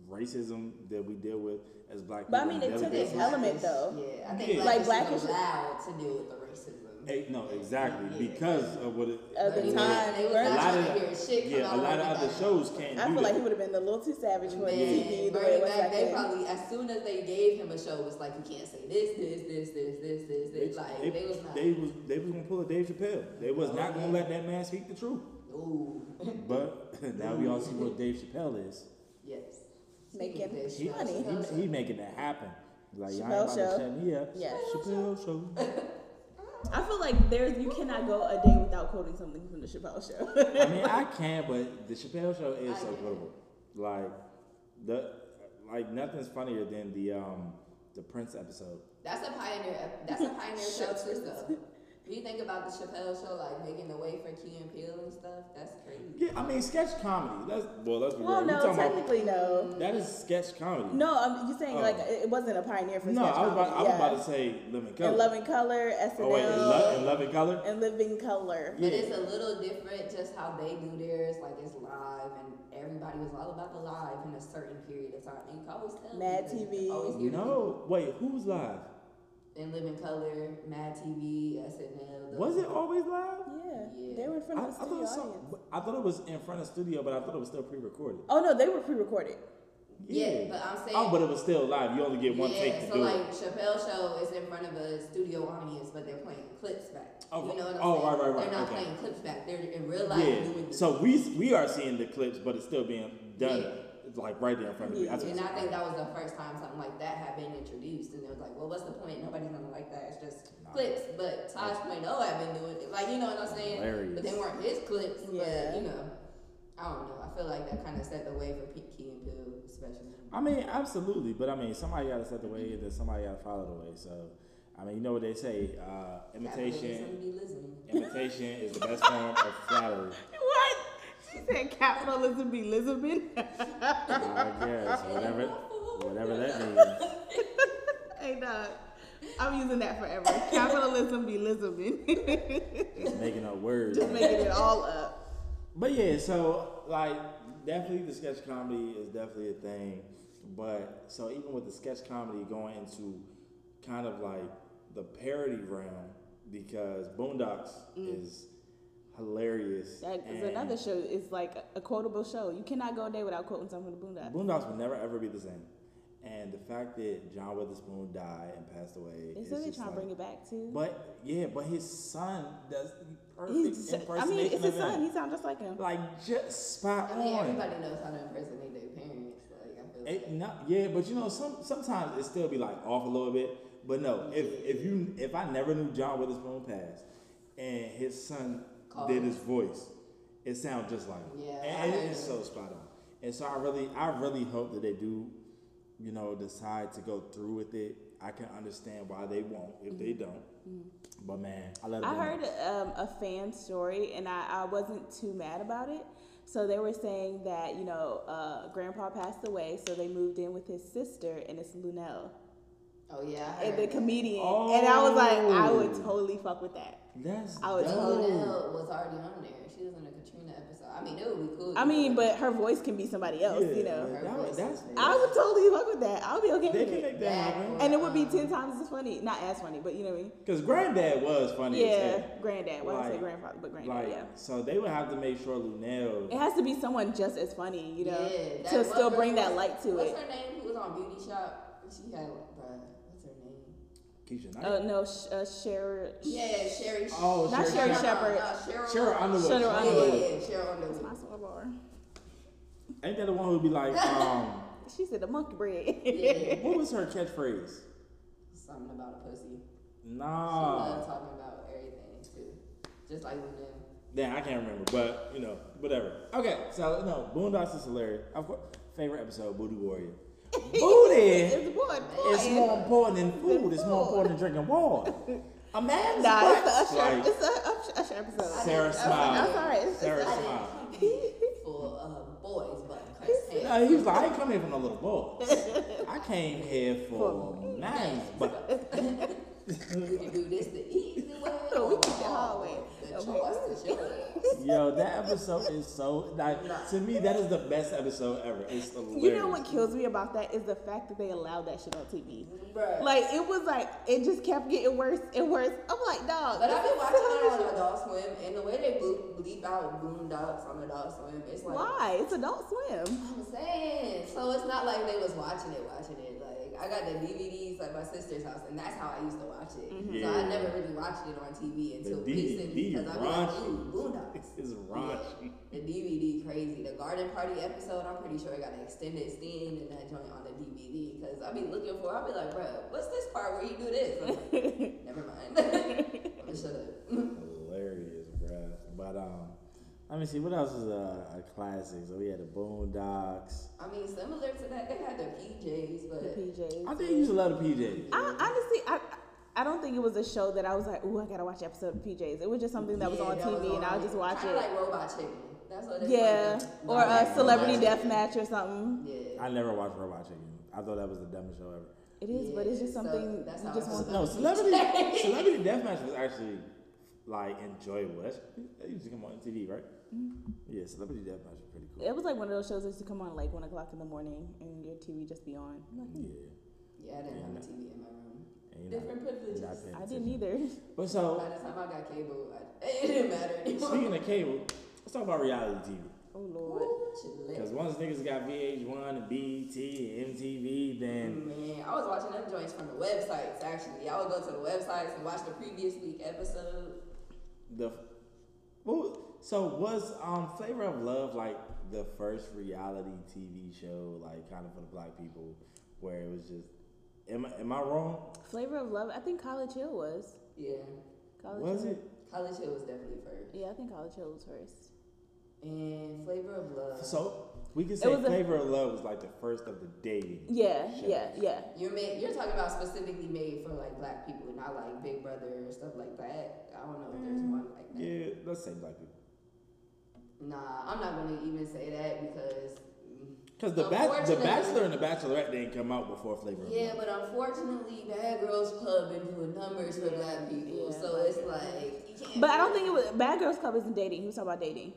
S2: racism that we deal with as black people.
S1: But I mean,
S2: on a
S1: it
S2: daily
S1: took its
S2: basis.
S1: element, though.
S3: Yeah, I
S2: Yeah.
S3: think
S1: Like,
S3: like black
S1: Blackish-
S3: is allowed to deal with the racism.
S2: Eh, No, exactly
S3: Yeah.
S2: because of what it.
S1: Of the
S2: what it-
S1: time,
S3: they was
S1: Bernie-
S2: A
S3: not
S2: lot
S3: trying
S2: of
S3: to hear shit come
S2: yeah, a
S3: out
S2: lot of
S3: like
S2: other
S3: that.
S2: shows can't
S1: I
S2: do
S1: feel like
S2: that.
S1: he would have been a little too savage for TV
S3: Man,
S1: the way it
S3: Bernie
S1: was
S3: Mac,
S1: back
S3: they
S1: then.
S3: probably as soon as they gave him a show, was like, you can't say this, this, this, this, this, this, this. Like they, was not.
S2: they was they was gonna pull a Dave Chappelle. They was
S3: Oh,
S2: not gonna
S3: yeah.
S2: let that man speak the truth.
S3: ooh,
S2: But now we all see what Dave Chappelle is.
S3: yes.
S1: Making
S3: Speaking of this,
S2: He,
S1: Money.
S2: he, he making that happen. Like y'all ain't
S1: Chappelle
S2: about to
S1: show.
S2: shut me up.
S1: Yeah.
S2: Chappelle show.
S1: I feel like there's you cannot go a day without quoting something from the Chappelle show.
S2: I mean, I can, but the Chappelle show is
S3: I
S2: so
S3: get it.
S2: quotable. Like the like nothing's funnier than the um the Prince episode.
S3: That's a pioneer. ep- That's a pioneer show too, though. you think about the Chappelle show, like making the way for Key and Peele and stuff, that's crazy.
S2: Yeah, I mean sketch comedy. That's well, let's be
S1: Well,
S2: real. You
S1: no,
S2: talking about-
S1: technically no.
S2: that is sketch comedy.
S1: No, um, you're saying
S2: Oh.
S1: like it it wasn't a pioneer for
S2: no,
S1: sketch
S2: I was about,
S1: comedy.
S2: I was
S1: yeah.
S2: about to say Living Color.
S1: And Love and Color, SNL,
S2: oh wait, in Love, in Love and Color.
S1: and Living Color.
S3: But
S2: Yeah.
S3: it's a little different just how they do theirs, like it's live and everybody was all about the live in a certain period of time. And you can always tell
S1: Mad
S3: because you can
S1: TV.
S3: always hear the
S2: No, wait, who was live?
S3: people. And Live in Color, Mad TV, SNL. those-
S2: Was it always live?
S1: Yeah,
S3: Yeah.
S1: they were in
S2: I,
S1: front of
S2: I
S1: a
S2: thought it
S1: studio
S2: was some-
S1: audience.
S2: I thought it was in front of studio, but I thought it was still pre-recorded.
S1: Oh no, they were pre-recorded.
S3: Yeah, but I'm saying
S2: oh, but it was still live. You only get one
S3: yeah,
S2: take to
S3: so
S2: do
S3: like
S2: it.
S3: Chappelle show is in front of a studio audience, but they're playing clips back.
S2: Oh,
S3: you know what I'm
S2: oh,
S3: saying?
S2: right, right, right,
S3: They're not
S2: okay.
S3: playing clips back. They're in real life doing
S2: Yeah.
S3: this.
S2: So we we are seeing the clips, but it's still being done like right there in front of you.
S1: Yeah,
S2: That's what
S3: and
S2: I'm
S3: I think
S2: saying.
S3: that was the first time something like that had been introduced, and it was like, well, what's the point? Nobody's gonna like that. It's just
S2: Nah.
S3: clips. But Tosh Point O had been doing it, like you know what I'm saying?
S2: Hilarious.
S3: But they weren't his clips.
S1: Yeah.
S3: But you know, I don't know. I feel like that kind of set the way for Pete Key and Bill, especially.
S2: I mean, absolutely, but I mean, somebody got to set the way, then somebody got to follow the way. So, I mean, you know what they say: uh, imitation,
S3: Capitalism be listening.
S2: imitation is the best form of flattery.
S1: What? She said capitalism be Lisbon.
S2: I guess whatever, whatever that means.
S1: hey dog, I'm using that forever. Capitalism be Lisbon.
S2: Just making up words.
S1: Just making it all up.
S2: But yeah, so like definitely the sketch comedy is definitely a thing. But so even with the sketch comedy going into kind of like the parody realm because Boondocks is
S1: Mm.
S2: hilarious.
S1: That is
S2: and
S1: another show. It's like a, a quotable show. You cannot go a day without quoting something from the Boondocks.
S2: Boondocks will never ever be the same. And the fact that John Witherspoon died and passed away.
S1: They
S2: is
S1: said they
S2: just
S1: trying to
S2: like-
S1: bring it back too.
S2: But yeah, but his son does the perfect
S1: He's, I
S2: impersonation
S1: mean, it's his
S2: of him.
S1: son. He sounds just like him.
S2: Like just spot
S3: I mean,
S2: on.
S3: everybody knows how to impersonate their parents. Like, I feel like
S2: It, no, yeah, but you know, some sometimes it still be like off a little bit. But no, if if you if I never knew John Witherspoon passed, and his son
S3: Call
S2: did
S3: him.
S2: his voice, it sounds just like him.
S3: Yeah,
S2: and,
S3: I
S2: and
S3: heard
S2: it's
S3: it.
S2: so spot on. And so I really, I really hope that they do, you know, decide to go through with it. I can understand why they won't if they don't. But man, I love.
S1: I heard um, a fan story, and I, I wasn't too mad about it. So they were saying that you know, uh, Grandpa passed away, so they moved in with his sister, and it's Lunel,
S3: Oh yeah, I
S1: and the
S3: heard that.
S1: comedian. And I was like, I would
S2: Oh.
S1: totally fuck with that.
S2: That's
S1: I was
S2: dope.
S3: Odell was already on there. She was in a Katrina episode. I mean, it would be cool.
S1: I mean, but her voice can be somebody else,
S2: Yeah,
S1: you know.
S2: yeah, that was- that's
S1: I would totally fuck with that. I would be okay
S2: they
S1: with
S2: can
S1: it,
S2: make that happen.
S1: and it would be ten times as funny. Not as funny, but you know what I mean.
S2: Because granddad was funny as
S1: Yeah,
S2: hell.
S1: granddad. Well, I say
S2: Like-
S1: grandfather, but granddad.
S2: Like,
S1: yeah.
S2: so they would have to make sure Lunel.
S1: It has to be someone just as funny, you know,
S3: Yeah, that-
S1: to
S3: what
S1: still
S3: girl
S1: bring that
S3: was-
S1: light to
S3: what's
S1: it.
S3: her name? Who was on Beauty Shop? She had, bruh, what's her name?
S2: Keisha Knight.
S1: Uh, no, sh- uh, Cher.
S3: Yeah, Sherry.
S2: Oh,
S1: Not
S2: Sherry
S1: Sherry
S3: no, no,
S1: Shepherd.
S3: no, Cheryl,
S2: Cheryl Underwood.
S1: Cheryl
S3: Yeah, yeah,
S1: Underwood.
S3: yeah, Cheryl Underwood.
S1: My soul bar.
S2: Ain't that the one who'd be like, um,
S1: She said the monkey bread.
S3: Yeah,
S2: what was her catchphrase?
S3: something about a pussy. She
S2: Nah.
S3: loved talking about everything too, just like Luna.
S2: Damn, I can't remember, but you know, whatever. Okay, so no, Boondocks is hilarious. Of course, favorite episode, Booty Warrior. Booty
S1: it's boy,
S2: is more important than food. It's more important than drinking water. A man's
S1: Nah, it's the
S2: butt's
S1: Usher.
S2: like-
S1: it's the Usher, Usher episode.
S2: Sarah
S1: I'm
S2: smiled.
S1: sorry. It's,
S2: Sarah
S1: it's,
S2: smiled.
S3: Full of um, boys, but Chris Hansen.
S2: No, he was like, I ain't come here for no little boys. I came here for nines, but
S3: We can do this the easy way.
S1: No, we
S3: or
S1: can do it hard way.
S3: The
S1: Okay.
S3: choice is yours.
S2: yo, that episode is so like to me that is the best episode ever. It's hilarious.
S1: you know what kills me about that is the fact that they allowed that shit on TV.
S3: Bruh.
S1: Like it was like it just kept getting worse and worse. I'm like, dog.
S3: But I've
S1: this
S3: been
S1: is
S3: watching
S1: so-
S3: it on Adult Swim, and the way they bleep, bleep out Boondocks on Adult Swim, it's like
S1: Why? It's Adult Swim.
S3: I'm saying. So it's not like they was watching it, watching it. Like I got the DVDs at my sister's house, and that's how I used to watch it. So
S2: Yeah.
S3: I never really watched it on TV
S2: the
S3: until recently
S2: DVD
S3: because I was like, ooh,
S2: raunchy
S3: Boondocks.
S2: is raunchy.
S3: The DVD crazy. The garden party episode, I'm pretty sure it got an extended scene in that joint on the DVD because I be looking for. I be like, bro, what's this part where you do this? I'm like, never mind. I'm gonna shut up.
S2: Hilarious, bruh. But um, let me see what else is a, a classic. So we had the Boondocks.
S3: I mean, similar to that, they had their PJs,
S1: The
S3: but
S1: PJs.
S2: I think you used to love the PJ.
S1: I honestly, I I don't think it was a show that I was like, ooh, I gotta watch an episode of PJs. It was just something that was on TV, and I'll just watch
S3: Kind
S1: it.
S3: of like Robot Chicken. That's what it's
S1: yeah,
S3: like.
S1: or
S3: Like
S1: a
S3: Robot
S1: celebrity
S3: Chicken.
S1: death match or something.
S3: Yeah.
S2: I never watched Robot Chicken. I thought that was the dumbest show ever.
S1: It is, but it's just
S3: Yeah, so
S1: something
S3: that's
S1: you
S3: how
S1: just
S3: I
S1: want.
S3: feel
S2: No, celebrity celebrity deathmatch was actually like enjoyable. That's, that used to come on TV, right? Yeah, celebrity deathmatch was pretty cool.
S1: It was like one of those shows that used to come on like one o'clock in the morning, and your TV just be on. hmm,
S2: Yeah,
S3: Yeah, I didn't have a TV in my room.
S2: and you're not,
S3: Different privileges.
S2: you're not paying
S1: I
S2: attention.
S1: didn't either.
S2: But
S3: By
S2: so
S3: the time I got cable, I, it didn't matter anymore.
S2: speaking of cable, let's talk about reality TV.
S1: Oh lord.
S3: Ooh,
S2: Because
S3: chill.
S2: once niggas got VH1 and BT and MTV, then
S3: Man, I was watching them joints from the websites, actually. I would go to the websites and watch the previous week episode.
S2: the well, so was um Flavor of Love like the first reality TV show like kind of for the black people where it was just am I, am I wrong?
S1: Flavor of Love. I think College Hill was.
S3: Yeah.
S1: College
S2: Was
S1: Hill.
S2: it?
S3: College Hill was definitely first.
S1: Yeah, I think College Hill was first.
S3: And Flavor of Love.
S2: So we can say
S1: was a-
S2: Flavor of Love was like the first of the dating.
S1: Yeah,
S2: shows.
S1: yeah, yeah.
S3: You're made, you're talking about specifically made for like black people, not like Big Brother or stuff like that. I don't know if there's one like that.
S2: Yeah, let's say black people.
S3: Nah, I'm not gonna even say that because. mm,
S2: Because the, Bach- the
S3: Unfortunately-
S2: Bachelor and the Bachelorette didn't come out before Flavor of
S3: Yeah,
S2: Love.
S3: but unfortunately, Bad Girls Club been doing numbers for black people,
S1: Yeah.
S3: so it's like you can't.
S1: But I don't think it was Bad Girls Club isn't dating. He was talking about dating.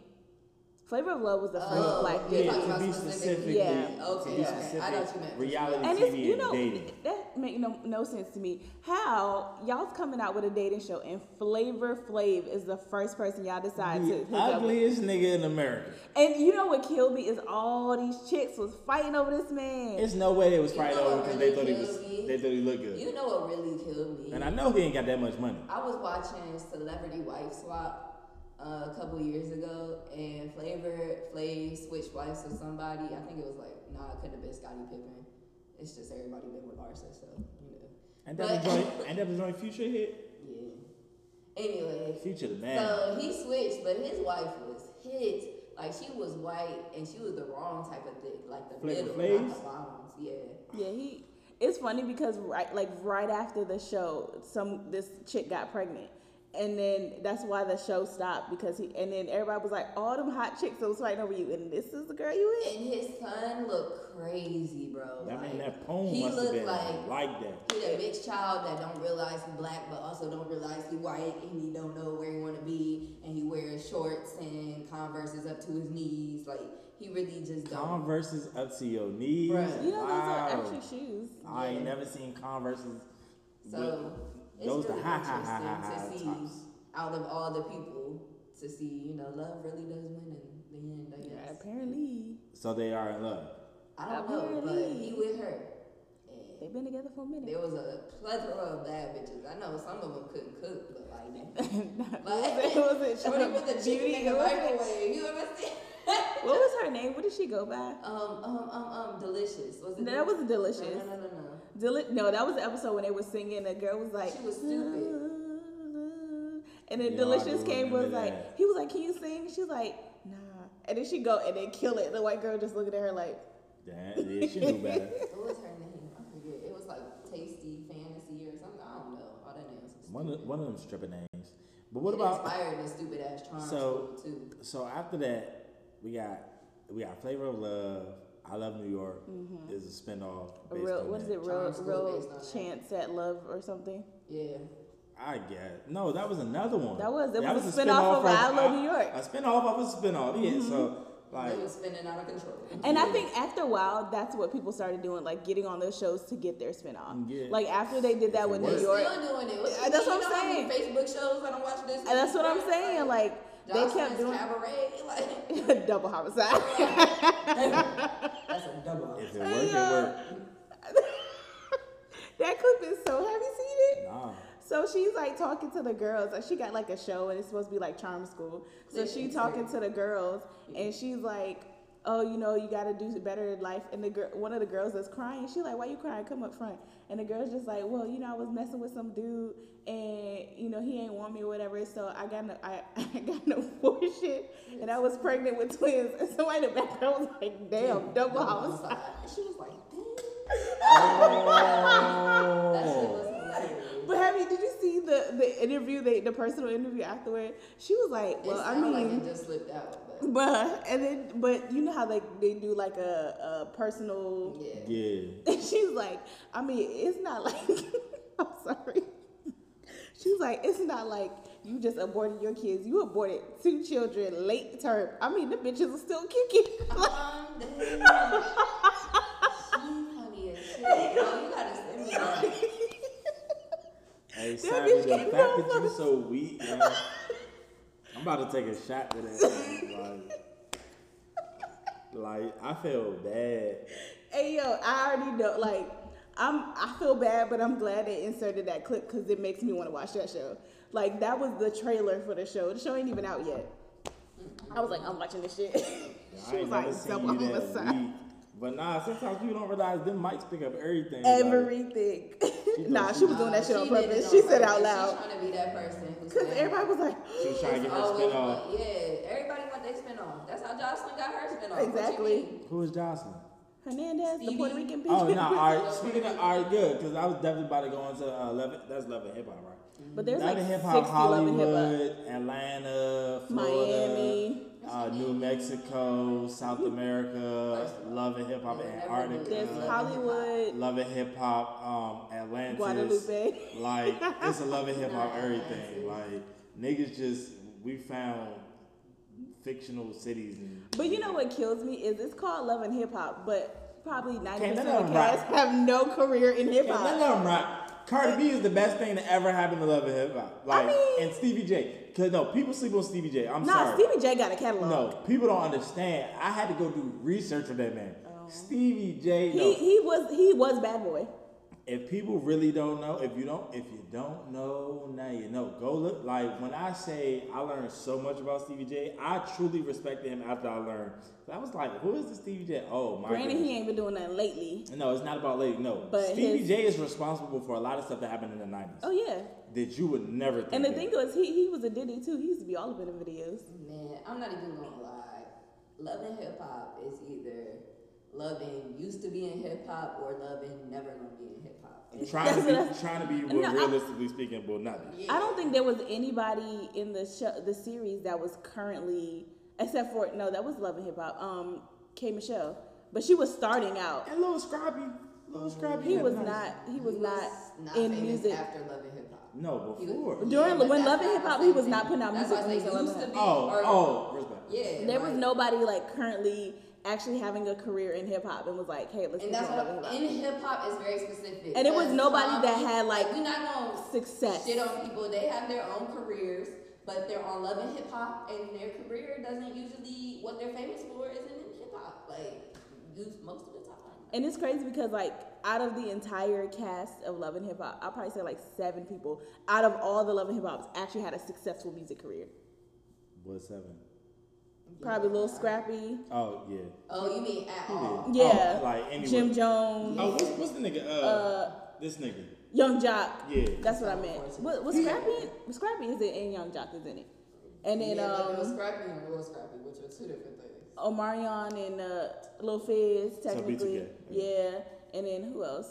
S1: Flavor of Love was the first
S3: Oh,
S1: black
S3: you're
S1: dating.
S2: Yeah,
S3: talking
S2: to
S3: about
S2: be
S3: specifically-
S2: specifically,
S1: Yeah.
S2: to
S3: Okay, okay.
S2: be
S3: I
S2: specific,
S3: know what you meant.
S2: reality
S1: And
S2: TV
S1: it's you
S2: and
S1: know
S2: dating.
S1: that make no, no sense to me. How y'all's coming out with a dating show and Flavor Flav is the first person y'all decide to
S2: The
S1: hook up with.
S2: ugliest nigga in America.
S1: And you know what killed me is all these chicks was fighting over this man.
S2: It's no way they was
S3: You
S2: fighting
S3: know
S2: over
S3: what
S2: because they
S3: really
S2: thought he
S3: kills
S2: was
S3: me?
S2: they thought he looked good.
S3: You know what really killed me?
S2: and I know he ain't got that much money.
S3: I was watching Celebrity Wife Swap uh, a couple years ago, and Flavor Flav switched wives with somebody. I think it was like, nah, it couldn't have been Scottie Pippen. It's just everybody been with Larsa, so you know,
S2: And that was
S3: But-
S2: joint and that was joint future hit.
S3: yeah. Anyway,
S2: Future the man.
S3: so he switched, but his wife was hit. Like she was white, and she was the wrong type of thick, like the
S2: Flavor
S3: middle, not
S2: Flav's?
S3: the bottoms. Yeah,
S1: Yeah, he. It's funny because right, like right after the show, some this chick got pregnant, and then that's why the show stopped because he. And then everybody was like, "All them hot chicks that was fighting over you, and this is the girl you with."
S3: and his son looked crazy, bro.
S2: that
S3: like,
S2: mean that poem
S3: he
S2: must have
S3: looked
S2: been
S3: like
S2: like, that.
S3: He a mixed child that don't realize he black, but also don't realize he white, and he don't know where he want to be, and he wears shorts and Converse's up to his knees. Like he really just don't.
S2: Converses up to your knees.
S3: Bruh.
S1: You know,
S2: wow.
S1: those are actually shoes.
S2: I ain't never seen Converses.
S3: so
S2: with-
S3: it's
S2: those
S3: really
S2: the ha ha ha ha ha
S3: interesting to see
S2: tops.
S3: out of all the people to see, you know, love really does win in the end. I
S1: Yeah,
S3: guess
S1: apparently
S2: So they are in love.
S3: I don't know, but he
S1: Apparently.
S3: with her. And
S1: they've been together for a minute.
S3: There was a plethora of bad bitches. I know some of them couldn't cook, but like, like
S1: Not- was it- was it
S3: Shorty put the chicken in the
S1: Beauty?
S3: microwave. You ever see?
S1: what was her name? What did she go by?
S3: Um, um, um, um, delicious. Was it?
S1: That was delicious.
S3: No, no, no, no. no.
S1: Deli- no, that was the episode when they were singing. The girl was like,
S3: She was stupid.
S1: And then
S2: Yeah, I
S1: Delicious
S2: do
S1: came was
S2: remember
S1: like,
S2: that.
S1: he was like, can you sing? She was like, nah. And then she go and then kill it. The white girl just looking at her like,
S2: That, yeah, she knew better.
S3: What was her name? I forget. It was like Tasty Fantasy or something. I don't know. All that names. are
S2: One of,
S3: stupid.
S2: one of them stripper names. But what
S3: it
S2: about
S3: inspired the stupid ass charm
S2: So-
S3: school, too?
S2: so after that we got we got Flavor of Love. I Love New York is a spinoff.
S1: Mm-hmm. a
S2: Based
S1: real,
S2: on
S1: what is
S2: that.
S1: it, real,
S3: Charm school based on
S1: real
S3: that.
S1: chance at love or something?
S3: Yeah.
S2: I get no, that was another one.
S1: That was- it
S2: that
S1: was a
S2: spin
S1: spinoff
S2: off
S1: of I Love New York. Mm-hmm.
S2: A spinoff of a spinoff. Yeah. So like
S3: it was spinning out of control.
S1: And I
S2: Yeah.
S1: think after a while, that's what people started doing, like getting on those shows to get their spinoff.
S2: Yeah.
S1: Like after they did that with New
S2: We're
S3: We're
S1: York,
S3: still doing it. What-
S1: Yeah, that's
S3: you
S1: what
S3: know
S1: I'm
S3: how many
S1: saying.
S3: Facebook shows I don't watch this.
S1: and that's what I'm saying. Like they kept
S3: Johnson's
S1: doing
S3: cabaret. Like
S1: double homicide.
S3: that's a double.
S2: if it worked, it worked.
S1: that clip is so. Have you seen it?
S2: Nah.
S1: So she's like talking to the girls. Like she got like a show and it's supposed to be like charm school. So she talking to the girls and she's like, "Oh, you know, you got to do better in life." And the girl, one of the girls is crying. She like, "Why you crying? Come up front." And the girl's just like, "Well, you know, I was messing with some dude and you know he ain't want me or whatever. So I got an I, I got an abortion and I was pregnant with twins." And somebody in the background was like, "Damn, double homicide."
S3: She was like, damn. That shit
S2: Oh.
S3: was hilarious.
S1: But have mean, did you see the the interview, they, the personal interview afterward? She was like,
S3: It
S1: "Well, I
S3: sound
S1: mean,
S3: like it just slipped out, but
S1: but and then but you know how like they do like a, a personal."
S3: yeah.
S2: Yeah.
S1: She's like, "I mean, it's not like I'm sorry." She's like, "It's not like you just aborted your kids. You aborted two children late term. I mean, the bitches are still kicking."
S3: Um, damn. She's funny as shit. Bro, you gotta send me that.
S2: Hey,
S1: bitch
S2: Savage, the
S1: can't
S2: fact
S1: go
S2: that you
S1: first.
S2: so weak, man. I'm about to take a shot to that. Like, like, I feel bad.
S1: Hey yo, I already know. Like, I'm. I feel bad, but I'm glad they inserted that clip because it makes me want to watch that show. Like, that was the trailer for the show. The show ain't even out yet. I was like, I'm watching this shit.
S2: I
S1: she was
S2: ain't never
S1: like,
S2: seen
S1: double
S2: you that
S1: homicide.
S2: weak. But nah, sometimes you don't realize them mics pick up everything. like-
S1: Everything.
S2: knows
S1: nah,
S2: she-
S1: she was doing that shit
S3: Nah,
S1: on
S3: did it
S1: purpose.
S3: on
S1: She said out
S3: purpose.
S1: loud
S3: She trying to be that person. who's
S1: because
S3: saying-
S1: everybody was like,
S2: she was trying to
S3: It's
S2: get her
S3: always
S1: Oh,
S2: spin off.
S3: fun. Yeah, everybody want their spin off. That's how Jocelyn got her spin off.
S1: Exactly.
S2: Who is Jocelyn?
S1: Hernandez, the
S3: Stevie.
S1: Puerto Rican bitch.
S2: Oh no! all right. Speaking of, all right, good because I was definitely about to go into uh, love. It- That's love and hip hop, right?
S1: But there's
S2: love
S1: like
S2: and
S1: 60
S2: hip hop,
S1: love and hip hop.
S2: Hollywood, Atlanta, Florida,
S1: Miami.
S2: uh, New Mexico, South America, love and hip hop,
S3: Never knew Love and
S1: There's
S3: Hip
S2: Antarctica,
S3: Hop.
S1: Hollywood,
S2: love and hip hop, um, Atlantis,
S1: Guadalupe.
S2: Like it's a love and hip hop
S3: Nah,
S2: everything. Like
S3: Atlantis.
S2: niggas just we found fictional cities. And
S1: But you know what kills me is it's called Love and Hip Hop, but probably ninety percent
S2: none
S1: of
S2: of
S1: the
S2: 'em
S1: cast
S2: rap.
S1: have no career in hip
S2: Yeah,
S1: hop.
S2: none of them rock. Cardi B is the best thing to ever happen to love and hip hop. Like
S1: mean-
S2: and Stevie J. Cause no, people sleep on Stevie J. I'm
S1: Nah,
S2: sorry.
S1: Stevie J got a catalog.
S2: no, people don't understand. I had to go do research on that man. Stevie J.
S1: Oh. He
S2: No.
S1: he was he was bad boy.
S2: if people really don't know, if you don't, if you don't know, now you know. Go look. Like when I say I learned so much about Stevie J, I truly respected him after I learned. I was like, who is this Stevie J? Oh my.
S1: Granted,
S2: goodness.
S1: he ain't been doing nothing lately.
S2: No, it's not about lady. No,
S1: But
S2: Stevie
S1: his-
S2: J is responsible for a lot of stuff that happened in the nineties
S1: Oh yeah,
S2: that you would never think.
S1: and the
S2: of.
S1: thing was he he was a Diddy too. He used to be all up in the videos.
S3: Man, I'm not even gonna lie. Loving hip hop is either loving used to be in hip hop or loving never gonna be in hip hop.
S2: I'm trying to
S1: That's
S2: be,
S1: what I-
S2: trying to be well,
S1: No, I-
S2: realistically speaking, but not. be.
S1: I don't think there was anybody in the show the series that was currently except for no that was Love and Hip Hop. Um, K Michelle, but she was starting out.
S2: And little Scrappy, little Scrappy.
S1: He
S2: had
S1: was
S2: nice-
S1: not he was
S3: He
S1: not
S3: not
S1: in
S3: famous
S1: music.
S3: after loving hip hop.
S2: No,
S3: He was-
S2: before.
S1: Yeah. During-
S3: but
S1: when
S3: that's
S1: Love and
S3: not
S1: Hip Hop,
S3: the
S1: he
S3: same
S1: was
S3: thing.
S1: not putting out
S3: That's why
S1: music
S3: I
S1: when
S3: say
S1: he was in Love
S3: used to
S1: and
S3: be.
S2: Oh,
S3: or-
S2: oh, respect.
S3: yeah.
S1: There was
S3: like-
S1: nobody like currently actually having a career in hip hop and was like, hey, let's
S3: And
S1: get
S3: that's
S1: on
S3: what
S1: hip
S3: in hip hop is very specific.
S1: And it was
S3: Because
S1: nobody
S3: some
S1: that had,
S3: people-
S1: like,
S3: we're not gonna
S1: hop. Success.
S3: shit on people. They have their own careers, but they're on Love and Hip Hop, and their career doesn't usually what they're famous for isn't in hip hop. Like you- most of the time.
S1: And it's crazy because like out of the entire cast of Love and Hip Hop, I'll probably say like seven people out of all the Love and Hip Hops actually had a successful music career.
S2: What seven?
S1: Probably Lil Scrappy,
S2: Oh yeah.
S3: Oh, you mean at all?
S2: Yeah.
S1: yeah,
S2: Oh, like, anyway.
S1: Jim Jones,
S2: Oh, what's, what's the nigga? Uh, this nigga.
S1: Young Jock.
S2: Yeah.
S1: That's what I meant. What, was Scrappy? Scrappy is it and Young Jock is in it. And then
S3: yeah,
S1: um,
S3: like, Lil Scrappy and Lil Scrappy, which are two different things.
S1: Omarion and uh, Lil Fizz,
S2: So
S1: technically.
S2: B2K,
S1: yeah. And then who else?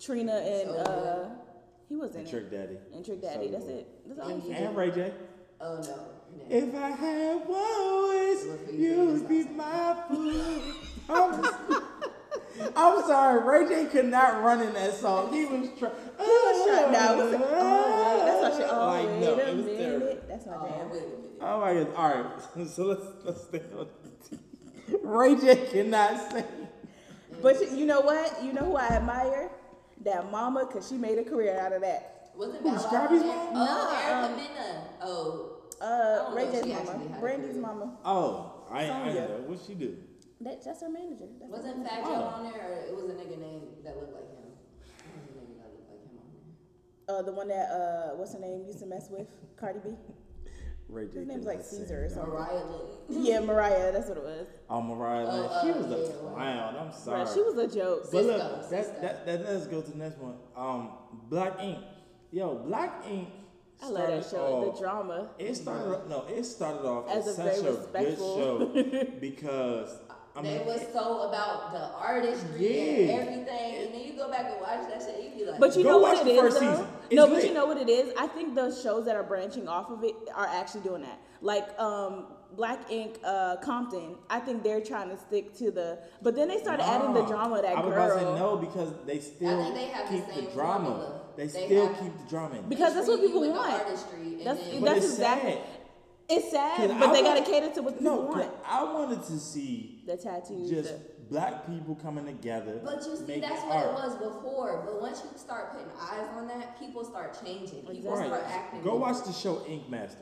S1: Trina and
S3: So
S1: uh, he was in
S2: And
S1: it.
S2: Trick Daddy.
S1: And Trick Daddy.
S2: So
S1: that's
S2: good.
S1: it. That's all.
S3: And
S1: he-
S2: And Ray J.
S3: Oh no. no.
S2: If I had one
S3: Look
S2: wish,
S3: who you
S2: you
S3: is
S2: would be
S3: outside.
S2: my food. I'm, I'm sorry, Ray J could not run in that song. He was trying. He
S1: was trying- nah, it was- oh, wait, that's not- oh,
S2: Like, no,
S1: wait a
S2: it was terrible.
S1: minute. That's my
S3: Oh,
S1: jam.
S3: wait a minute.
S2: Oh my god! All right, so let's let's stay on. Ray J cannot sing.
S3: Oh,
S1: But you- you know what? You know who I admire? That mama, because she made a career out of that.
S3: Wasn't
S2: Who,
S3: Bow Wow
S2: Scrappy's
S3: on there?
S2: mom?
S1: Nah,
S3: Oh, Erica
S1: um,
S3: Mena. Oh,
S1: Uh,
S3: don't
S1: Ray
S3: know,
S1: J's
S3: she
S1: mama.
S3: actually had a
S1: Brandy's
S3: career.
S1: mama.
S2: Oh, I, I
S1: Sonya.
S2: know what she do.
S1: That, that's her manager. That's her
S3: wasn't
S1: manager.
S3: Fat
S2: Oh.
S3: Joe on there, or it was a nigga name that looked like him? There was a nigga that looked like him on there.
S1: Uh, the one that, uh, what's her name, used to mess with? Cardi B?
S2: Ray J.
S1: His name's
S2: cannot
S1: like
S2: sing,
S1: Caesar or
S2: dog.
S1: something.
S3: Mariah Lee.
S1: Yeah, Mariah. That's what it was.
S2: Oh, Mariah, Lynch.
S3: Oh,
S2: she
S3: uh,
S2: was a
S3: yeah, well.
S2: clown. I'm sorry.
S1: Bruh, she was a joke.
S2: But
S3: Cisco,
S2: look, that,
S3: Cisco.
S2: that, that let's go to the next one. Um, Black Ink. Yo, Black Ink.
S1: I love that
S2: started
S1: show.
S2: off-
S1: The drama.
S2: It started off, no, it started off
S1: As
S2: as,
S1: a
S2: such
S1: very
S2: a good
S1: respectful-
S2: show because I mean,
S3: they was so about the artistry and
S2: Yeah.
S3: everything, and then you go back and watch that shit, you be like,
S1: But you
S2: go
S1: know
S2: watch
S1: what
S2: the
S1: it is,
S2: first
S1: though?
S2: season. It's
S1: no, but
S2: lit.
S1: you know what it is? I think the shows that are branching off of it are actually doing that. Like um Black Ink uh Compton, I think they're trying to stick to the but then they started adding the
S2: Nah,
S1: drama of that
S2: I was
S1: girl.
S2: about to say no because they still
S3: think they have the
S2: keep the,
S3: same
S2: drama.
S3: formula.
S2: They,
S3: They
S2: still
S3: have-
S2: keep the drama. In.
S1: Because that's what
S3: Treat you
S1: people
S3: with the
S1: want.
S3: artistry and
S1: That's
S3: then-
S2: But
S1: that's
S2: it's
S1: exactly
S2: sad.
S1: it's sad,
S2: 'Cause
S1: but
S2: I
S1: they
S2: want-
S1: gotta cater to what the
S2: no,
S1: people
S2: 'cause
S1: want.
S2: I wanted to see
S1: The tattoos.
S2: just
S1: the-
S2: black people coming together.
S3: But you see,
S2: making
S3: that's what it
S2: art.
S3: was before. But once you start putting eyes on that, people start changing. People
S1: Exactly.
S3: start acting.
S2: Go
S3: different.
S2: watch the show Ink Master.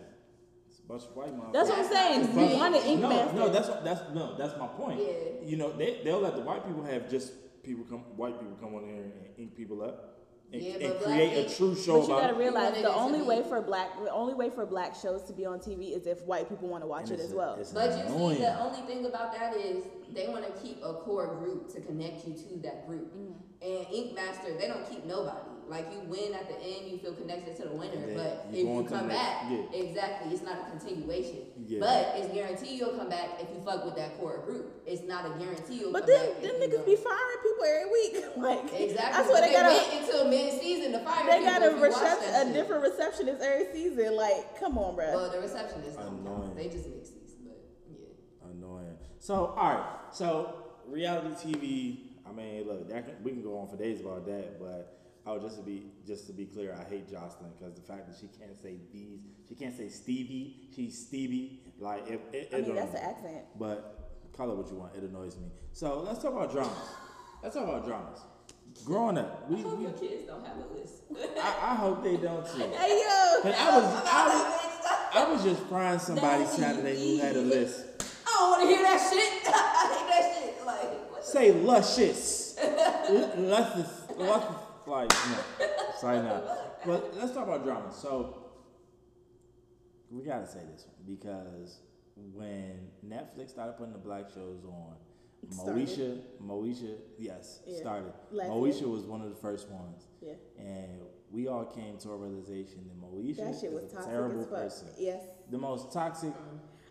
S2: It's a bunch of white moms.
S1: that's what I'm
S3: That's not
S1: saying.
S3: the
S1: You
S3: same.
S1: want an ink
S2: no,
S1: master.
S2: no, that's what- that's no, that's my point.
S3: Yeah.
S2: You know, they they'll let the white people have just people come, white people come on here and ink people up, and,
S3: Yeah, but
S2: and
S3: black
S2: create
S3: ink-
S2: a true show
S1: but you
S2: about.
S1: gotta
S2: it.
S1: realize
S3: wanted it
S1: the
S3: to
S1: only
S3: be-
S1: way for black the only way for black shows to be on TV is if white people want to watch
S2: And
S1: it
S2: it's
S1: as
S2: a-
S1: well.
S2: it's
S3: But you
S2: annoying.
S3: see, the only thing about that is they want to keep a core group to connect you to that group.
S1: Mm-hmm.
S3: And Ink Master, they don't keep nobody. Like you win at the end, you feel connected to the winner.
S2: And then
S3: But
S2: you
S3: if
S2: go
S3: you
S2: on to the
S3: come
S2: next-
S3: back,
S2: yeah.
S3: exactly, it's not a continuation.
S2: Yeah.
S3: But it's guaranteed you'll come back if you fuck with that core group. It's not a guarantee you'll.
S1: But
S3: come
S1: then,
S3: back
S1: then
S3: if you
S1: niggas
S3: don't.
S1: be firing people every week. Like
S3: Exactly.
S1: I swear
S3: But
S1: they, got a
S3: wait until mid-season to fire
S1: they
S3: people
S1: got
S3: if
S1: a
S3: you watch that
S1: reception a
S3: shit.
S1: different receptionist every season. Like, come on, bruh.
S3: Well, the receptionists don't
S2: Annoying.
S3: count. They just make seats, but yeah.
S2: Annoying. So, all right. So, reality TV. I mean, look, that can, we can go on for days about that, but oh, just to be just to be clear, I hate Jocelyn because the fact that she can't say these, she can't say Stevie, she's Stevie. Like, if it, it
S1: I mean,
S2: don't-
S1: that's an accent.
S2: But call it what you want. It annoys me. So let's talk about dramas. Let's talk about dramas. Growing up, we,
S3: I hope
S2: we
S3: your kids don't have a list.
S2: I, I hope they don't too.
S1: Hey yo,
S2: But I was I was, I was just frying somebody Saturday who had a list.
S3: I don't want to hear that shit. I hate that shit. Like, what the-
S2: Say luscious. L- luscious. Luscious. Like, no. Sorry, no. But let's talk about drama. So, we gotta say this one because when Netflix started putting the black shows on,
S1: started.
S2: Moesha, Moesha, yes,
S1: Yeah.
S2: started.
S1: Last
S2: Moesha was one of the first ones.
S1: Yeah.
S2: And we all came to a realization that Moesha
S1: that shit was
S2: is a
S1: toxic
S2: terrible
S1: as fuck.
S2: person.
S1: Yes,
S2: The most toxic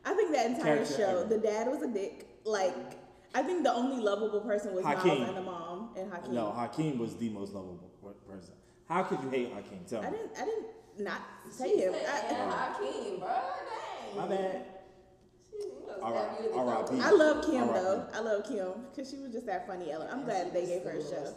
S1: I think that entire
S2: Character
S1: show,
S2: ever.
S1: the dad was a dick. Like, I think the only lovable person was
S2: Hakeem.
S1: Miles and the mom and Hakeem.
S2: No, Hakeem was the most lovable per- person. How could you hate Hakeem? Tell me.
S1: I didn't. I didn't not say
S3: She
S1: him.
S3: said,
S1: I,
S3: yeah, Hakeem, bro. Dang.
S2: My bad.
S3: She gonna
S2: All
S3: stab
S2: right,
S3: you in the
S2: all right,
S3: throat.
S2: peace.
S1: I love Kim
S2: Alright.
S1: though. I love Kim because she was just that funny element. I'm glad they gave her a show.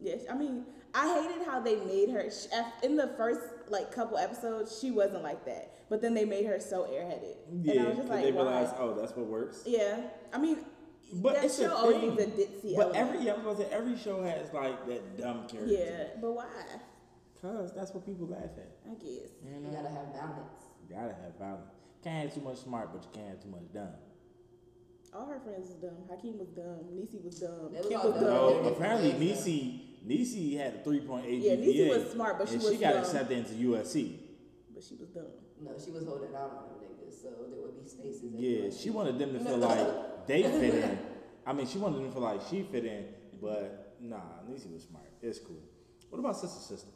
S1: Yes, I mean, I hated how they made her sh- af- in the first like couple episodes. She wasn't like that, but then they made her so airheaded, and
S2: Yeah,
S1: I was
S2: because
S1: just like,
S2: they
S1: why?
S2: realized, oh, that's what works.
S1: yeah, I mean,
S2: But
S1: that
S2: it's a
S1: show always
S2: thing.
S1: needs a ditzy
S2: But
S1: element.
S2: every yeah, I was about to say, every show has like that dumb character.
S1: yeah, but why?
S2: Cause that's what people laugh at.
S1: I guess.
S2: You
S3: You
S2: know,
S3: gotta have balance.
S2: you gotta have balance. Can't have too much smart, but you can't have too much dumb.
S1: All her friends was dumb. Hakeem was dumb. Nisi was dumb.
S3: They was
S1: Kim
S3: all
S1: was
S3: dumb.
S1: dumb.
S2: No,
S3: yeah,
S2: apparently
S3: yeah.
S2: Nisi Nisi had a three point eight
S1: Yeah,
S2: GPA.
S1: Niecy was smart, but she
S2: and
S1: was
S2: she got
S1: dumb.
S2: accepted into USC.
S1: But she was dumb.
S3: No, she was holding out on them niggas, so there would be spaces. that you
S2: Yeah,
S3: might
S2: she
S3: shoot.
S2: wanted them to feel like they fit in. I mean, she wanted them to feel like she fit in, but nah, Niecy was smart. It's cool. What about Sister Sister?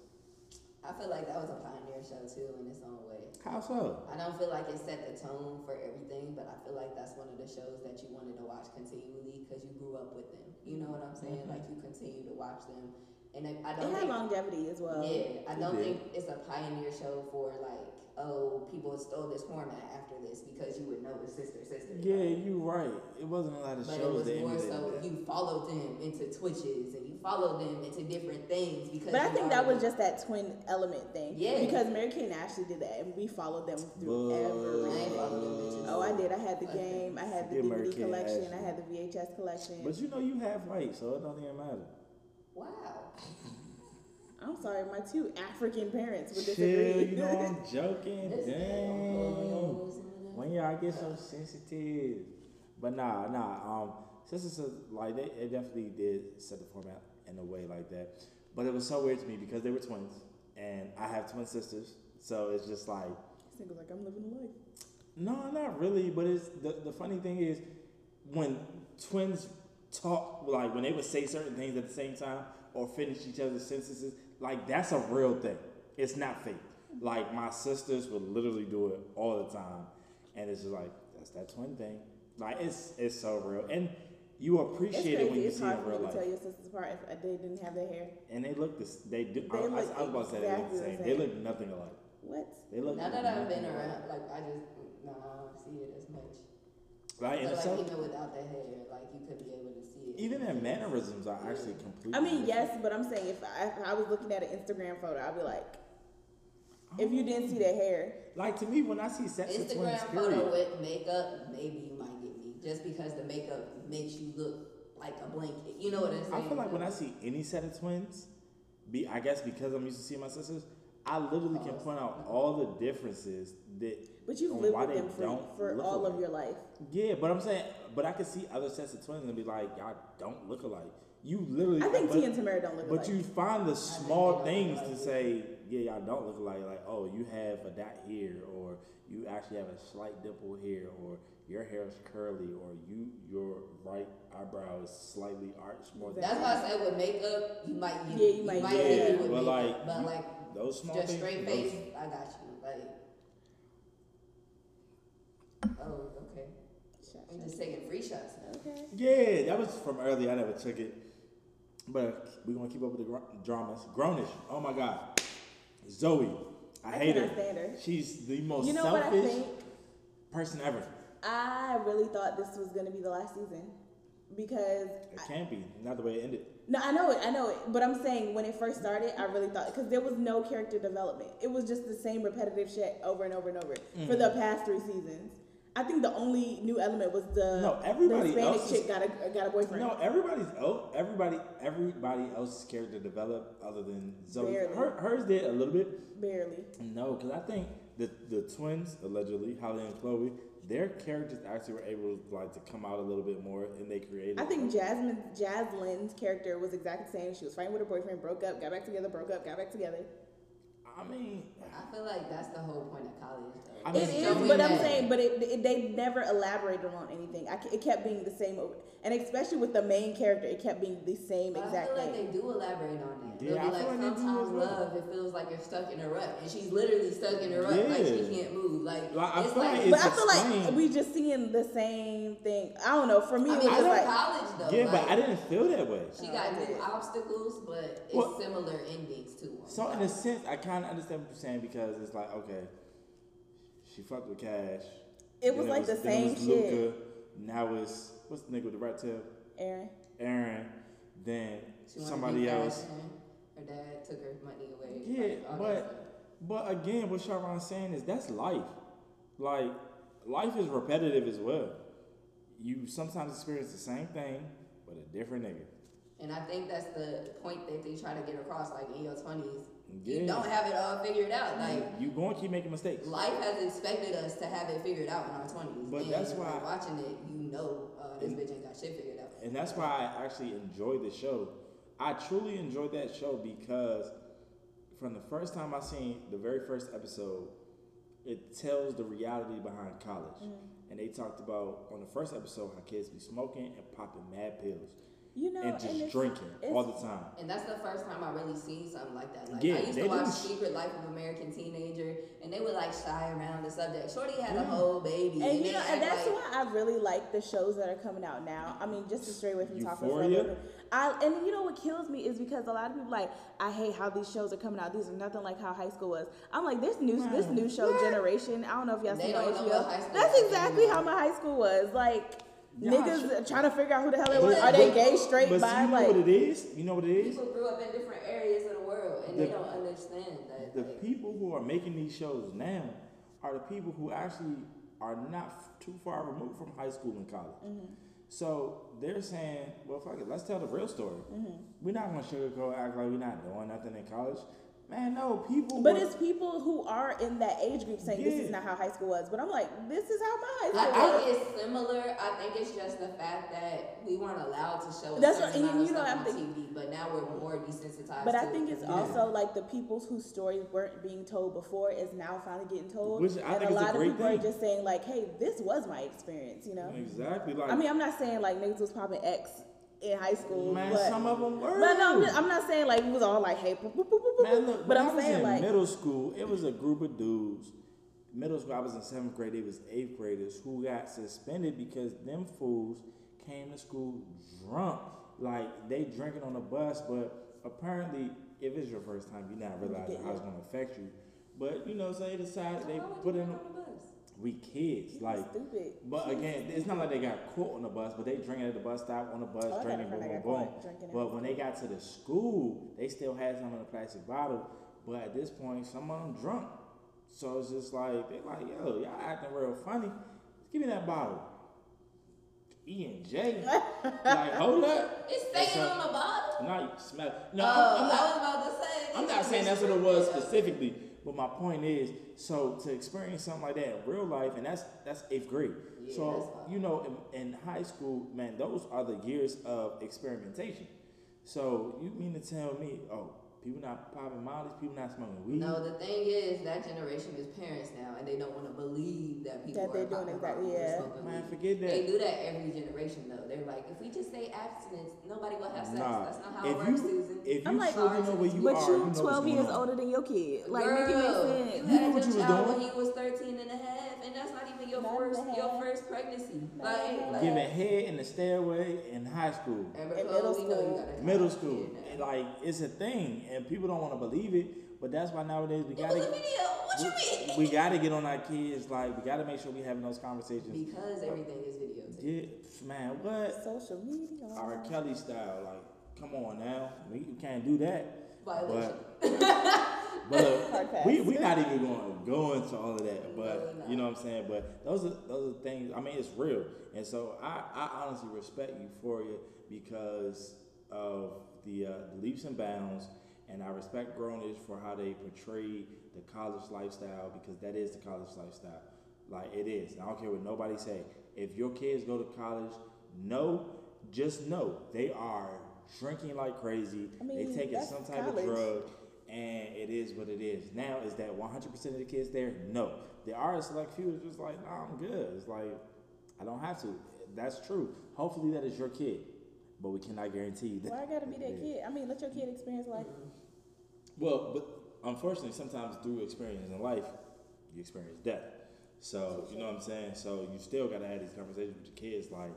S3: I feel like that was a pioneer show too in its own way.
S2: How so?
S3: I don't feel like it set the tone for everything, but I feel like that's one of the shows that you wanted to watch continually because you grew up with them. You know what I'm saying? Like you continue to watch them, and I, I
S1: It
S3: don't
S1: Mm-hmm. had
S3: think
S1: longevity as well.
S3: yeah, I
S2: It
S3: don't
S2: did.
S3: think it's a pioneer show for like oh people stole this format after this because you would know it's sister sister.
S2: Yeah, you right. It wasn't a lot of
S3: But it
S2: shows
S3: was
S2: that
S3: more
S2: ended
S3: so
S2: that.
S3: you followed them into Twitches and you followed them into different things because.
S1: But I
S3: you
S1: think that
S3: already-
S1: was just that twin element thing.
S3: Yeah.
S1: Because Mary Kay and Ashley did that, and we followed them through
S2: Boo.
S3: I ain't
S1: everything.
S3: followed them bitches.
S1: Oh, I did. I had the game. I had the
S2: Forget Mary
S1: DVD
S2: Kay and
S1: collection. I
S2: Ashley.
S1: had the VHS collection.
S2: But you know you have white, so it don't even matter.
S3: Wow.
S1: I'm sorry, my two African parents would
S2: Chill,
S1: disagree.
S2: you know I'm joking.
S3: This
S2: Damn.
S3: nigga.
S2: When y'all get so sensitive. But nah, nah. Um, Sister Sister, like they, they definitely did set the format in a way like that. But it was so weird to me because they were twins, and I have twin sisters, so it's just like
S1: This nigga's like, I'm living a life.
S2: No, not really. But it's the, the funny thing is when twins talk, like when they would say certain things at the same time or finish each other's sentences, like that's a real thing. It's not fake. Like my sisters would literally do it all the time, and it's just like that's that twin thing. Like it's it's so real, and you appreciate it when you
S1: It's
S2: see it
S1: hard
S2: in
S1: for me
S2: real
S1: to
S2: life.
S1: tell your sisters apart if uh, they didn't have their hair.
S2: And they look this. They do.
S1: They
S2: I, I- I,
S1: look
S2: was about to say they look the
S1: exactly
S2: same.
S1: the
S2: They
S1: same.
S2: look nothing alike.
S1: What?
S2: They look.
S3: Now that I've been
S2: nothing alike.
S3: around, like I just no, I don't see it as much.
S2: right? And
S3: But
S2: so,
S3: like even without the hair, like you could be able to see it.
S2: even their mannerisms are actually completely.
S1: I mean,
S2: different.
S1: yes, but I'm saying if I, if I was looking at an Instagram photo, I'd be like, if you didn't see their
S2: that.
S1: hair,
S2: Like to me, when I see sex with twins,
S3: Instagram
S2: period.
S3: photo with makeup, maybe you might get me just because the makeup makes you look like a blanket. You know what I'm
S2: I
S3: saying?
S2: feel like when I see any set of twins, be I guess because I'm used to seeing my sisters, I literally can point out all the differences that.
S1: but you've
S2: on
S1: lived
S2: why
S1: with
S2: they
S1: them for,
S2: don't
S1: for
S2: look
S1: all
S2: alike.
S1: of your life.
S2: Yeah, but I'm saying, but I could see other sets of twins and be like, y'all don't look alike. You literally.
S1: I think
S2: but,
S1: T and Tamara don't look
S2: But
S1: alike.
S2: you find the
S3: they don't
S2: small things
S3: look
S2: to
S3: alike.
S2: say, yeah, y'all don't look alike. Like, oh, you have a dot here, or you actually have a slight dimple here, or your hair is curly, or you your right eyebrow is slightly arched more than.
S3: That's why I said with makeup, you might get
S1: Yeah, you might get
S3: get
S1: it.
S3: me with
S2: But
S3: makeup,
S2: like,
S3: but
S2: you-
S3: like
S2: those small
S3: just
S2: things,
S3: straight
S2: those-
S3: face, I got you. Like, oh, okay.
S1: Shut-
S3: I'm
S1: shut-
S3: just taking free shots now.
S1: Okay.
S2: Yeah, that was from earlier. I never took it, but we're gonna keep up with the gr- dramas. Grownish. Oh my God, Zoe. I,
S1: I
S2: hate her.
S1: cannot stand her.
S2: She's the most
S1: You know what I
S2: selfish
S1: think?
S2: person ever.
S1: I really thought this was going to be the last season because
S2: It
S1: I-
S2: can't be. Not the way it ended.
S1: no, I know it, I know it, but I'm saying when it first started, I really thought because there was no character development. It was just the same repetitive shit over and over and over for
S2: Mm-hmm.
S1: the past three seasons. I think the only new element was the
S2: No, everybody
S1: the Hispanic
S2: else is-
S1: chick got a got a boyfriend.
S2: No, everybody's oh, everybody, everybody else's character developed other than Zoe.
S1: Barely.
S2: Her, hers did a little bit.
S1: Barely.
S2: No, because I think the the twins allegedly, Holly and Chloe, their characters actually were able like to come out a little bit more, and they created.
S1: I think Jasmine Jaslyn's character was exactly the same. She was fighting with her boyfriend, broke up, got back together, broke up, got back together.
S2: I mean,
S3: I feel like that's the whole point of college, though.
S2: I mean,
S1: It is,
S3: Zoe
S1: but I'm
S3: Mays.
S1: saying, but it, it, they never elaborated on anything. I, ke- it kept being the same, over, and especially with the main character, it kept being the same
S3: But
S1: exact
S3: I feel like
S1: thing.
S3: they do elaborate on that.
S2: Yeah,
S3: They'll
S2: I
S3: be like,
S2: feel like they do as
S3: sometimes
S2: well.
S3: love, it feels like you're stuck in a rut. And she's literally stuck in a rut. Like,
S2: Yeah.
S3: she can't move. Like,
S2: Like, I
S3: it's
S2: feel
S3: like,
S2: like
S1: But
S2: it's
S1: I feel like
S2: explained.
S1: we just seeing the same thing. I don't know. For
S3: I
S1: me,
S3: mean,
S1: it
S3: it's
S1: was just like
S3: college, though.
S2: yeah,
S3: like,
S2: but I didn't feel that way.
S3: She
S1: Oh,
S3: got
S1: I
S3: new
S1: did.
S3: obstacles, but it's
S2: Well-
S3: similar endings to them.
S2: So
S3: like,
S2: in a sense, I kind of understand what you're saying because it's like okay, she fucked with Cash.
S1: It
S2: then
S1: was like the same
S2: then
S1: shit.
S2: Luka, Now it's what's the nigga with the rat tail?
S1: Aaron.
S2: Aaron. Then
S3: she wanted to be
S2: somebody else.
S3: fashion. Her dad took her money away.
S2: Yeah,
S3: like, all that stuff.
S2: but but again, what Sharon's saying is that's life. Like life is repetitive as well. You sometimes experience the same thing with a different nigga.
S3: And I think that's the point that they try to get across. Like in your twenties,
S2: Yeah.
S3: you don't have it all figured out. Like
S2: you going to keep making mistakes.
S3: life has expected us to have it figured out in our twenties.
S2: But
S3: and
S2: that's
S3: by
S2: why-
S3: watching it, you know uh, this bitch ain't got shit figured out.
S2: And that's why I actually enjoy the show. I truly enjoyed that show because from the first time I seen the very first episode, it tells the reality behind college.
S1: Mm.
S2: And they talked about on the first episode how kids be smoking and popping mad pills
S1: You know,
S2: and just
S1: it's-
S2: drinking
S1: it's-
S2: all the time.
S3: And that's the first time I really seen something like that. Like
S2: Yeah,
S3: I used
S2: they
S3: to watch
S2: do.
S3: Secret Life of American Teenager, and they would like shy around the subject. Shorty had
S2: Yeah.
S3: a whole baby,
S1: And you
S3: they
S1: know,
S3: act
S1: and that's
S3: like-
S1: why I really like the shows that are coming out now. I mean, just to stray away from talking for a
S2: Euphoria?
S1: little bit. I and you know what kills me is because a lot of people like I hate how these shows are coming out. These are nothing like how high school was. I'm like this new this
S2: Hmm.
S1: new show generation. I don't know if y'all
S3: They
S1: seen it on
S3: don't know what
S1: HBO.
S3: high school
S1: That's
S3: is
S1: exactly how
S3: anymore.
S1: my high school was. Like
S2: Yeah,
S1: niggas
S2: sure.
S1: trying to figure out who the hell they
S2: But-
S1: was. Are they
S2: but-
S1: gay, straight,
S2: But see, you
S1: bi?
S2: know
S1: Like
S2: what it is? You know what it is?
S3: people grew up in different areas of the world, and
S2: The-
S3: they don't understand that.
S2: The
S3: like,
S2: people who are making these shows now are the people who actually are not f- too far removed from high school and college.
S1: Mm-hmm.
S2: So they're saying, well, fuck it, let's tell the real story.
S1: Mm-hmm.
S2: We're not going to sugarcoat, act like we're not doing nothing in college. Man, no, people.
S1: but
S2: were-
S1: it's people who are in that age group saying this is
S2: Yeah.
S1: not how high school was. But I'm like, this is how my high
S3: I
S1: school was.
S3: think it's similar. I think it's just the fact that we weren't allowed to show That's
S1: That's
S3: a
S1: what-
S3: certain
S1: and
S3: amount of
S1: you know,
S3: stuff
S1: I'm
S3: on
S1: thinking-
S3: TV, but now we're more desensitized.
S1: But
S3: to
S1: I
S3: it.
S1: think it's also like the peoples whose stories weren't being told before is now finally getting told,
S2: Which I
S1: and
S2: think
S1: a
S2: is a
S1: lot of
S2: great
S1: people
S2: thing.
S1: are just saying like, "Hey, this was my experience," you know.
S2: Exactly. Like,
S1: I mean, I'm not saying like niggas was popping X in high school,
S2: man,
S1: but,
S2: some of them were.
S1: but no, I'm, just- I'm not saying like it was all like, "Hey," boop, boop, boop, boop,
S2: Man,
S1: boop.
S2: look,
S1: but
S2: when I
S1: I'm
S2: was
S1: saying
S2: in
S1: like,
S2: middle school, it was a group of dudes. Middle school, I was in seventh grade. It was eighth graders who got suspended because them fools came to school drunk. Like they drinking on the bus, but apparently, if it's your first time, you're not realizing how it's gonna affect you. But you know, so they decided they
S3: Why would
S2: put
S3: you
S2: in.
S3: not on the bus?
S2: We kids, like
S1: stupid.
S2: but again, it's not like they got caught on the bus, but they drinking at the bus stop, on the bus,
S1: Oh, I got a
S2: drinking, boom,
S1: friend
S2: boom,
S1: that
S2: boom.
S1: got caught drinking at
S2: But
S1: the
S2: when they got to the school, they still had some in a plastic bottle. But at this point, some of them drunk. So it's just like, they like, yo, y'all acting real funny. Give me that bottle. E and J. like, hold up.
S3: It's staying
S2: so-
S3: on the bottle.
S2: No, you smell.
S3: No,
S2: No,
S1: Oh,
S2: I'm- I'm
S3: I
S2: not.
S3: was about to say.
S2: I'm not saying that's what it was specifically, but my point is, so to experience something like that in real life, and that's that's eighth grade.
S3: Yeah, that's
S2: so
S3: tough.
S2: you know, in, in high school, man, those are the years of experimentation. So you mean to tell me, oh, people not popping mollies, people not smoking weed?
S3: No, the thing is, that generation is parents now, and they don't want to believe that people
S1: That
S3: are
S1: they're doing
S3: popping
S1: exactly-
S3: bottles or
S1: yeah.
S3: smoking
S2: Man,
S3: weed.
S2: forget that.
S3: They do that every generation, though. They're like, if we just say abstinence, nobody will have sex.
S2: Nah.
S3: That's not how
S2: if
S3: it works,
S2: you,
S3: Susan.
S2: If
S1: I'm
S2: you
S1: like,
S2: children know where you
S1: but
S2: are,
S1: you,
S2: you know what's
S1: 12 years
S2: going on.
S1: older than your kid. Like,
S3: Girl,
S1: make it make sense.
S3: You
S2: You know
S3: had your
S2: what you was
S3: child when
S2: doing?
S3: he was 13 and a half, and that's not even your
S1: Not
S3: first
S1: even
S3: your
S1: half.
S3: first pregnancy.
S1: Not
S3: Like,
S1: even
S3: like
S2: Giving head in the stairway in high school.
S3: Amber
S1: In
S3: Cole,
S1: middle
S3: we know you
S1: school.
S3: got a
S2: middle
S3: child
S2: school.
S3: kid now.
S2: And, Like it's a thing, and people don't want to believe it. But that's why nowadays we
S3: It was
S2: gotta
S3: a video. What you mean?
S2: we, gotta get on our kids. Like we gotta make sure we having those conversations.
S3: Because everything is videotaped.
S2: Yeah, man, what
S1: Social media.
S2: R. Kelly style? Like, come on now, we, we can't do that.
S3: Violation.
S2: But look,
S1: Hard
S2: we we not even going to go into all of that.
S3: Really
S2: But
S3: not.
S2: you know what I'm saying. But those are those are things. I mean, it's real, and so I I honestly respect Euphoria because of the uh, the leaps and bounds, and I respect Grownish for how they portray the college lifestyle because that is the college lifestyle. Like it is. And I don't care what nobody say. If your kids go to college, no, just know they are drinking like crazy.
S1: I mean,
S2: they taking
S1: that's
S2: some type
S1: college.
S2: of drug and it is what it is. Now, is that 100% of the kids there? No. There are a select few that's just like, nah, I'm good. It's like, I don't have to. That's true. Hopefully, that is your kid, but we cannot guarantee you that.
S1: Why I gotta be
S2: it
S1: that
S2: is.
S1: kid? I mean, let your kid experience life.
S2: Well, but unfortunately, sometimes through experience in life, you experience death. So, you know what I'm saying? So, you still got to have these conversations with your kids like,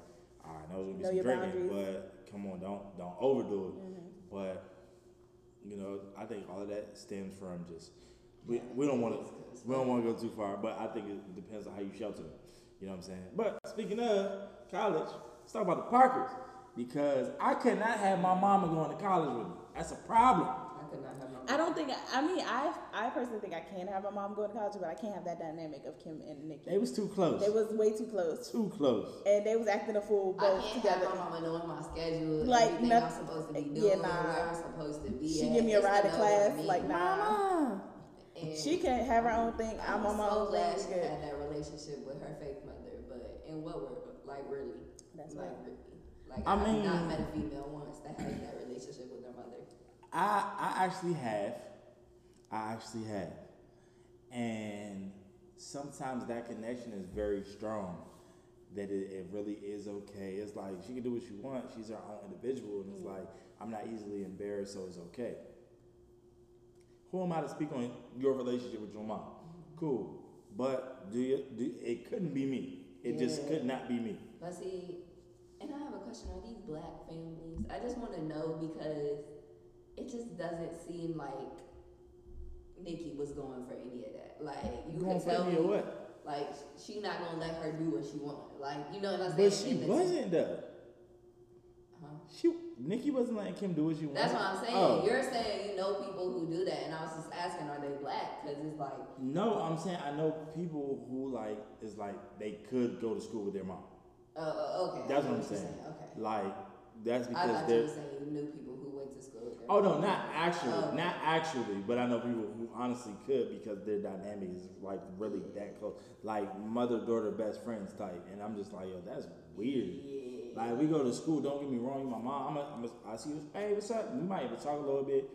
S2: I know it's
S1: Know
S2: going to be
S1: your
S2: some drinking,
S1: boundaries. Mm-hmm.
S2: but come on, don't don't overdo it. But you know, I think all of that stems from just we, we don't want to we don't want to go too far, but I think it depends on how you shelter them. You know what I'm saying? But speaking of college, let's talk about the Parkers because I could not have my mama going to college with me. That's a problem.
S3: I could not have my
S1: I don't think. I mean, I I personally think I can have my mom going to college, but I can't have that dynamic of Kim and Nikki.
S2: They was too close.
S1: They was way too close,
S2: too close.
S1: and they was acting a fool
S3: I
S1: both
S3: can't
S1: together.
S3: have my mama knowing my schedule,
S1: Like,
S3: everything
S1: no-
S3: I'm supposed to be
S1: yeah,
S3: doing,
S1: nah.
S3: where I'm supposed to be.
S1: She
S3: at.
S1: give me a
S3: It's
S1: ride to
S3: another
S1: class,
S3: me.
S1: like nah.
S3: And
S1: She can have her own thing.
S3: I'm
S1: I'm on my
S3: so
S1: own
S3: glad
S1: thing.
S3: she
S1: we good.
S3: had that relationship with her fake mother, but in what world? Like really?
S1: That's
S3: like
S1: right.
S3: really. Like
S2: I
S3: I have
S2: mean-
S3: not met a female once that had that relationship with their mother.
S2: I I actually have. I actually have. And sometimes that connection is very strong. That it, it really is okay. It's like she can do what she wants. She's her own individual, and
S3: Mm.
S2: it's like I'm not easily embarrassed, so it's okay. Who am I to speak on your relationship with your mom?
S3: Mm-hmm.
S2: Cool, but do you? Do, it couldn't be me. It just
S3: Yeah.
S2: could not be me.
S3: But see, and I have a question: Are these black families? I just want to know because it just doesn't seem like Nikki was going for any of that. Like you
S2: Going
S3: can
S2: for
S3: tell
S2: me
S3: me,
S2: or what?
S3: like she not gonna let her do what she want. Like you know what I'm saying?
S2: But she
S3: In the-
S2: wasn't though.
S3: Huh?
S2: She Nikki wasn't letting Kim do what she wanted.
S3: uh-huh. That's what I'm saying.
S2: Oh.
S3: You're saying you know people who do that, and I was just asking, are they black? Because it's like
S2: No, I'm saying I know people who like is like they could go to school with their mom.
S3: Oh, oh, okay.
S2: That's
S3: I
S2: what
S3: know
S2: I'm
S3: you're
S2: saying.
S3: Okay.
S2: Like that's
S3: I
S2: because
S3: thought you
S2: they're.
S3: were saying you knew people who went to school. with their
S2: Oh no, not actually,
S3: Oh.
S2: not actually. But I know people who honestly could because their dynamic is like really that close, like mother daughter best friends type. And I'm just like, yo, that's weird.
S3: Yeah.
S2: Like we go to school. Don't get me wrong, you my mom. I'm a, I'm a, I see you. Hey, what's up? We might even talk a little bit,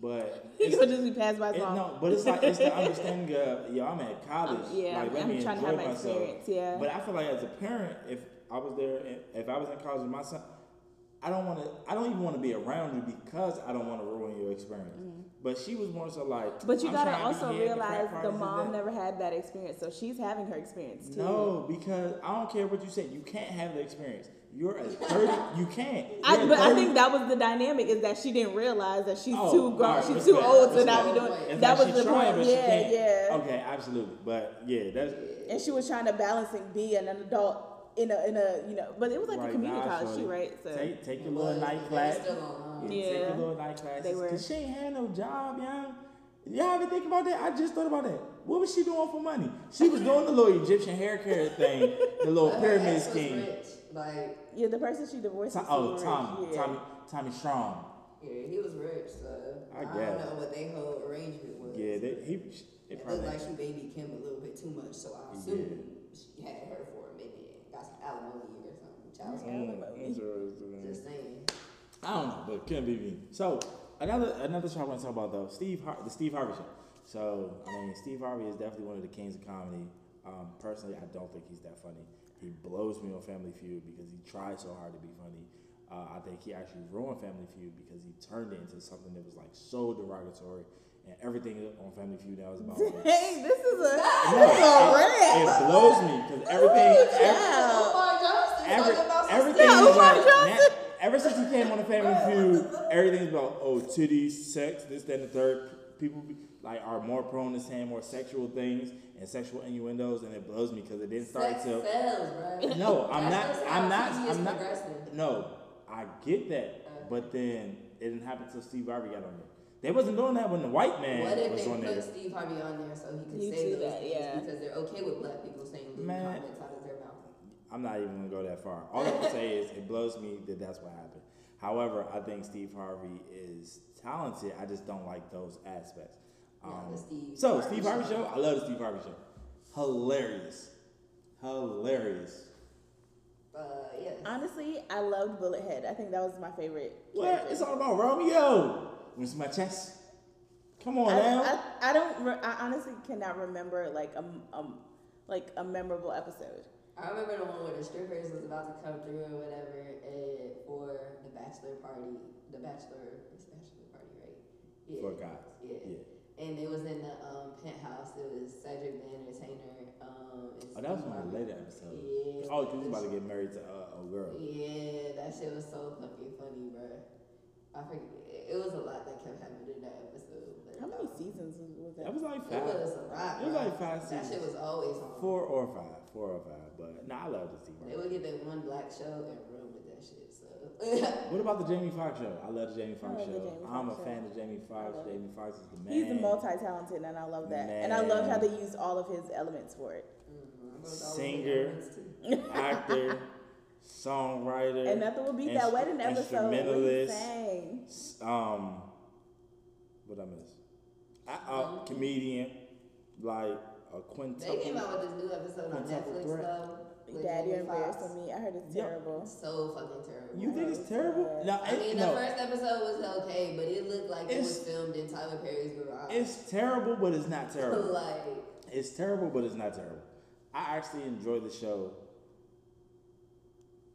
S2: but
S1: He would just be passed by
S2: It-
S1: song.
S2: no, but it's like it's the understanding of yo, I'm at college.
S1: Um, yeah,
S2: like, let
S1: I'm
S2: me
S1: trying to
S2: enjoy
S1: have my
S2: myself.
S1: experience, yeah.
S2: But I feel like as a parent, if I was there, and- if I was in college with my son, I don't want to. I don't even want to be around you because I don't want to ruin your experience. But she was more so like.
S1: Mm-hmm. But you
S2: I'm
S1: gotta
S2: trying to be
S1: also
S2: here at the frat
S1: realize
S2: parties
S1: the
S2: and
S1: mom
S2: that.
S1: never had that experience, so she's having her experience too.
S2: No, because I don't care what you said. You can't have the experience. You're a dirty. you can't. You're
S1: I,
S2: a
S1: but I
S2: dirty-
S1: think that was the dynamic is that she didn't realize that she's
S2: Oh,
S1: too grown,
S2: alright,
S1: she's
S2: that's
S1: too
S2: fair,
S1: old to
S2: that's
S1: not be
S3: fair.
S1: doing.
S3: It's
S1: that
S2: like
S1: was
S2: she
S1: the
S2: trying,
S1: point.
S2: but she
S1: Yeah,
S2: can't.
S1: yeah.
S2: Okay, absolutely. But yeah, that's
S1: And she was trying to balance and be an adult in a in a you know, but it was like a
S2: right
S1: community
S2: now,
S1: college
S2: shorty.
S1: too, right? So
S2: take take your
S3: Well,
S2: little night
S3: they
S2: class.
S3: still online.
S2: Yeah, take
S1: Yeah.
S2: your little night classes.
S1: They were.
S2: Cause she ain't had no job, y'all. Y'all ever think about that? I just thought about that. What was she doing for money? She was doing the little Egyptian hair care thing, the little
S3: But her
S2: pyramid
S3: ex was
S2: scheme.
S3: rich. Like,
S1: yeah, the person she divorced.
S2: To-
S1: is
S2: oh,
S1: super
S2: Tommy,
S1: rich, yeah.
S2: Tommy, Tommy Strong.
S3: yeah, he was rich, so
S2: I
S3: I, don't
S2: guess.
S3: know what they whole arrangement was.
S2: Yeah, they, he. It
S3: It looked
S2: probably.
S3: like she babied Kim a little bit too much, so I
S2: Yeah.
S3: assume she had her for a minute. Got some alimony or something. Child support.
S2: Mm-hmm.
S3: Just saying.
S2: I don't know, but couldn't be me. So another another show I want to talk about though, Steve Har- the Steve Harvey show. So I mean, Steve Harvey is definitely one of the kings of comedy. Um, personally, I don't think he's that funny. He blows me on Family Feud because he tried so hard to be funny. Uh, I think he actually ruined Family Feud because he turned it into something that was like so derogatory, and everything on Family Feud now is about. like,
S1: Dang, this is a
S2: no,
S1: this is a
S2: it,
S1: rant.
S2: it blows me because everything. ev-
S1: Yeah.
S3: Omar Johnson
S2: Every,
S3: Oh, talking about some
S2: everything
S1: Yeah,
S2: is
S1: Umar
S2: like,
S1: Johnson.
S2: na- ever since he came on the Family Feud, everything's about oh titties, sex, this, that, and the third. People be, like are more prone to saying more sexual things and sexual innuendos, and it blows me because it didn't start
S3: Sex
S2: till.
S3: sells, bro.
S2: No, I'm not.
S3: That's just how
S2: I'm not.
S3: TV is
S2: I'm not.
S3: progressing.
S2: No, I get that, but then it didn't happen till Steve Harvey got on there. They wasn't doing that when the white man
S3: What if
S2: was
S3: they
S2: on
S3: put
S2: there.
S3: Steve Harvey on there so he could
S1: You
S3: say
S1: do
S3: those
S1: that,
S3: things
S1: yeah.
S3: because they're okay with black people saying lewd
S2: Man.
S3: comments out of their mouth?
S2: I'm not even gonna go that far. All I'm gonna say is it blows me that that's what happened. However, I think Steve Harvey is talented. I just don't like those aspects. Um,
S3: Yeah, the Steve
S2: so
S3: Harvey
S2: Steve Harvey
S3: Show.
S2: show. I love the Steve Harvey show. Hilarious, hilarious.
S3: Uh, yeah.
S1: Honestly, I loved Bullet Head. I think that was my favorite.
S2: What? It's all about Romeo. Wins my chest. Come on
S1: I,
S2: now.
S1: I, I don't. Re- I honestly cannot remember like um um like a memorable episode.
S3: I remember the one where the strippers was about to come through or whatever and for the bachelor party. The bachelor, it's bachelor party, right? Yeah.
S2: For God.
S3: Yeah.
S2: Yeah.
S3: And it was in the um, penthouse. It was Cedric the Entertainer. Um, and
S2: Oh, that was
S3: Steve Harvey.
S2: one of the later episodes.
S3: Yeah.
S2: Oh, she was about to get married to uh, a girl.
S3: Yeah, that shit was so fucking funny, bro. I forget. It was a lot that kept happening in that episode. but that
S1: How many
S3: was-
S1: seasons was- was that?
S2: That was like
S3: It
S2: five.
S3: was a lot.
S2: It was
S3: bro.
S2: like five
S3: That shit was
S2: seasons.
S3: always on.
S2: Four or five, four or five, but no, I love the Steve
S3: They
S2: Harvey.
S3: would get that one black show and run with that shit. So
S2: What about the Jamie Foxx show? I love the Jamie Foxx
S1: love the
S2: show.
S1: Jamie
S2: I'm
S1: Foxx
S2: a
S1: show.
S2: fan of Jamie
S1: I
S2: Foxx.
S1: love it.
S2: Jamie Foxx is the man.
S1: He's multi-talented, and I love that. And I loved how they used all of his elements for it.
S3: Mm, I wrote all the
S2: Singer.
S3: elements too.
S2: actor, songwriter,
S1: And nothing will beat
S2: instru-
S1: that wedding episode. When he
S2: Instrumentalist.
S1: sang.
S2: s- Um, what I miss? I, uh, comedian, like a quintuple.
S3: They came out with this new episode on
S2: Quintuple
S3: Netflix
S2: Threat.
S3: though. with
S1: Daddy
S3: Jamie
S1: embarrassed
S3: Foxx.
S1: me. I heard it's
S2: Yep.
S1: terrible.
S3: So fucking terrible.
S2: You think it's terrible? No,
S3: I
S2: it,
S3: mean,
S2: no,
S3: the first episode was okay, but it looked like it was
S2: It's-
S3: filmed in Tyler Perry's garage.
S2: it's terrible, but it's not terrible.
S3: like
S2: It's terrible, but it's not terrible. I actually enjoy the show.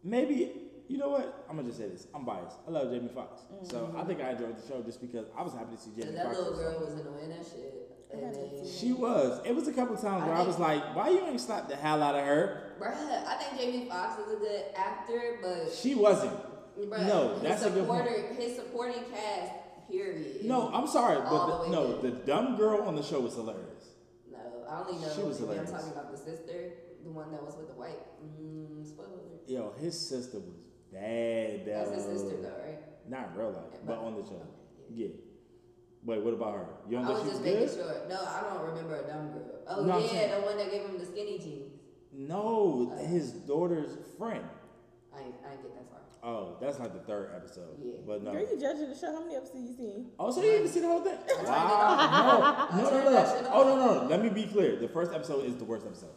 S2: Maybe you know what? I'm gonna just say this. I'm biased. I love Jamie Foxx, so I think I enjoyed the show just because I was happy to see Jamie
S3: that
S2: Foxx.
S3: little girl was annoying that shit. And
S1: I
S3: then,
S1: haven't seen
S2: She was. It was a couple times where I,
S3: I
S2: was
S3: think-
S2: like, "Why you ain't slapped the hell out of her?"
S3: bruh, I think Jamie Foxx is a good actor, but
S2: She wasn't.
S3: bruh,
S2: no,
S3: his
S2: that's a good
S3: supporter,
S2: point.
S3: his supporting cast, period.
S2: No, I'm sorry,
S3: All
S2: but
S3: the
S2: the,
S3: way
S2: no,
S3: good.
S2: the dumb girl on the show was hilarious.
S3: No, I only know.
S2: She was
S3: maybe I'm
S2: hilarious.
S3: talking about the sister, the one that was with the white. Mm, spoiler. alert.
S2: Yo, his sister was bad.
S3: That's his
S2: though.
S3: sister though, right?
S2: Not in real life,
S3: Yeah,
S2: but
S3: but-
S2: on the show.
S3: okay,
S2: Yeah. Wait, what about her? You don't
S3: I was
S2: think she was
S3: just
S2: good?
S3: making sure. No, I don't remember a dumb girl. Oh
S2: No, I'm saying-
S3: yeah, the one that gave him the skinny jeans.
S2: No, his daughter's friend.
S3: I didn't- I didn't get that far.
S2: Oh, that's like the third episode.
S3: Yeah.
S2: But no.
S1: Girl, you judging the show? How many episodes you seen?
S2: Oh, so you didn't even see the whole thing?
S3: it
S2: Wow.
S3: off. I
S2: No, no, no,
S3: turned that shit
S2: no. Oh, no,
S3: off.
S2: no, no. Let me be clear. The first episode is the worst episode.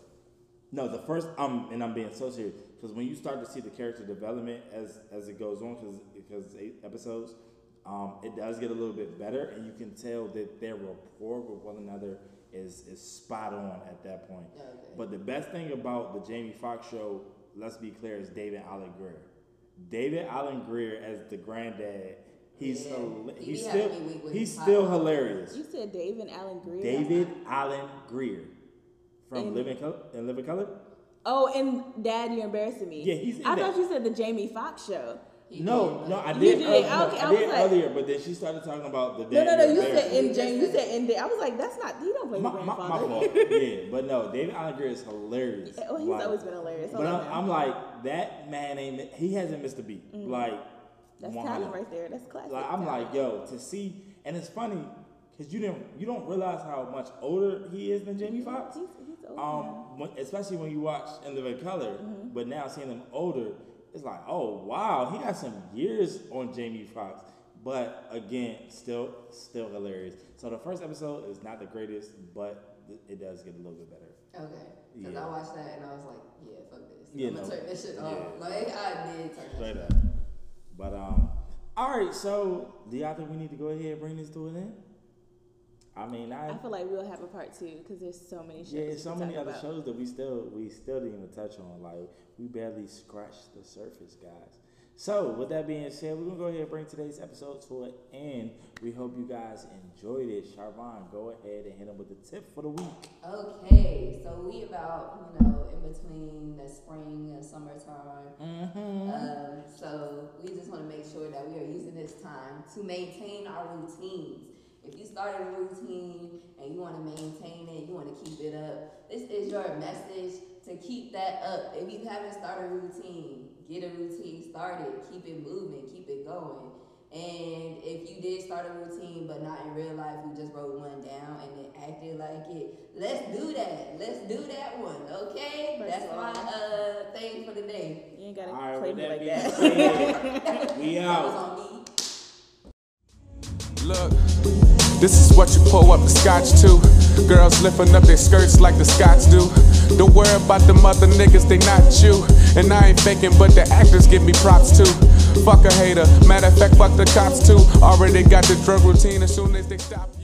S2: No, the first, um, and I'm being so serious because when you start to see the character development as as it goes on, because because eight episodes, um, it does get a little bit better, and you can tell that their rapport with one another is is spot on at that point.
S3: Okay.
S2: But the best thing about the Jamie Foxx show, let's be clear, is David Allen Greer. David Allen Greer as the granddad, he's
S3: Yeah.
S2: hila-
S3: He
S2: he's
S3: be
S2: still
S3: having me weak with
S2: he's
S3: his
S2: still
S3: pop.
S2: hilarious.
S1: You said Dave and Alan Greer.
S2: David Allen Greer from
S1: In-
S2: Living Color, in Living Color.
S1: Oh, and Dad, you're embarrassing me.
S2: Yeah, he's in
S1: I
S2: that.
S1: thought you said the Jamie Foxx show.
S3: He
S2: No,
S3: did,
S2: no,
S3: but-
S2: I Oh.
S1: You
S2: did.
S1: did,
S2: earlier, no,
S1: okay,
S2: I
S1: I
S2: did
S1: was like-
S2: earlier, but then she started talking about the
S1: No, no,
S2: dad.
S1: no.
S2: being
S1: You said
S2: embarrassed.
S1: in Jamie. You said in. Da- I was like, that's not. He don't play
S2: my,
S1: the
S2: my, my
S1: grandfather.
S2: fault. yeah, but no, David Andre is hilarious.
S1: oh, he's
S2: Like,
S1: always been hilarious. I
S2: But
S1: love
S2: I'm,
S1: him.
S2: I'm like that man ain't. He hasn't missed a beat. Like
S1: Mm. that's
S2: 100.
S1: talent right there. That's classic.
S2: Like I'm
S1: talent.
S2: like yo to see, and it's funny because you didn't you don't realize how much older he is than Jamie Foxx.
S1: He's, he's old now.
S2: Um, when, especially when you watch In Living Color, but now seeing him older, it's like, oh wow, he got some years on Jamie Foxx. But again, still, still hilarious. So the first episode is not the greatest, but th- it does get a little bit better.
S3: Okay. Because
S2: Yeah.
S3: I watched that and I was like, yeah, fuck this.
S2: Yeah,
S3: I'm going
S2: no.
S3: to turn this shit
S2: Yeah.
S3: off. Like, I did turn that
S2: Straight
S3: shit
S2: up. But um, all right. So do y'all think we need to go ahead and bring this to an end? I mean, I,
S1: I feel like we'll have a part two because there's so many shows.
S2: yeah,
S1: we
S2: it's so
S1: can
S2: many
S1: talk
S2: other
S1: about.
S2: shows that we still we still didn't even touch on. Like we barely scratched the surface, guys. So with that being said, we're gonna go ahead and bring today's episode to an end. We hope you guys enjoyed it. Charvon, go ahead and hit them with the tip for the week.
S3: Okay, so we about you know in between the spring and summertime.
S2: Mm-hmm.
S3: Um, so we just want to make sure that we are using this time to maintain our routines. If you started a routine and you want to maintain it, you want to keep it up. This is your message to keep that up. If you haven't started a routine, get a routine started. Keep it moving. Keep it going. And if you did start a routine, but not in real life, you just wrote one down and then acted like it. Let's do that. Let's do that one. Okay,
S1: First
S3: that's
S1: of
S3: my
S1: all-
S3: uh thing for the day.
S1: You ain't gotta
S2: All right,
S1: play
S2: with
S1: me like
S2: that being
S1: that.
S2: said, we
S3: That
S2: out.
S3: was on me.
S4: Look, this is what you pull up the scotch to. Girls lifting up their skirts like the Scots do. Don't worry about the mother niggas, they not you. And I ain't faking, but the actors give me props too. Fuck a hater, matter of fact, fuck the cops too. Already got the drug routine as soon as they stop.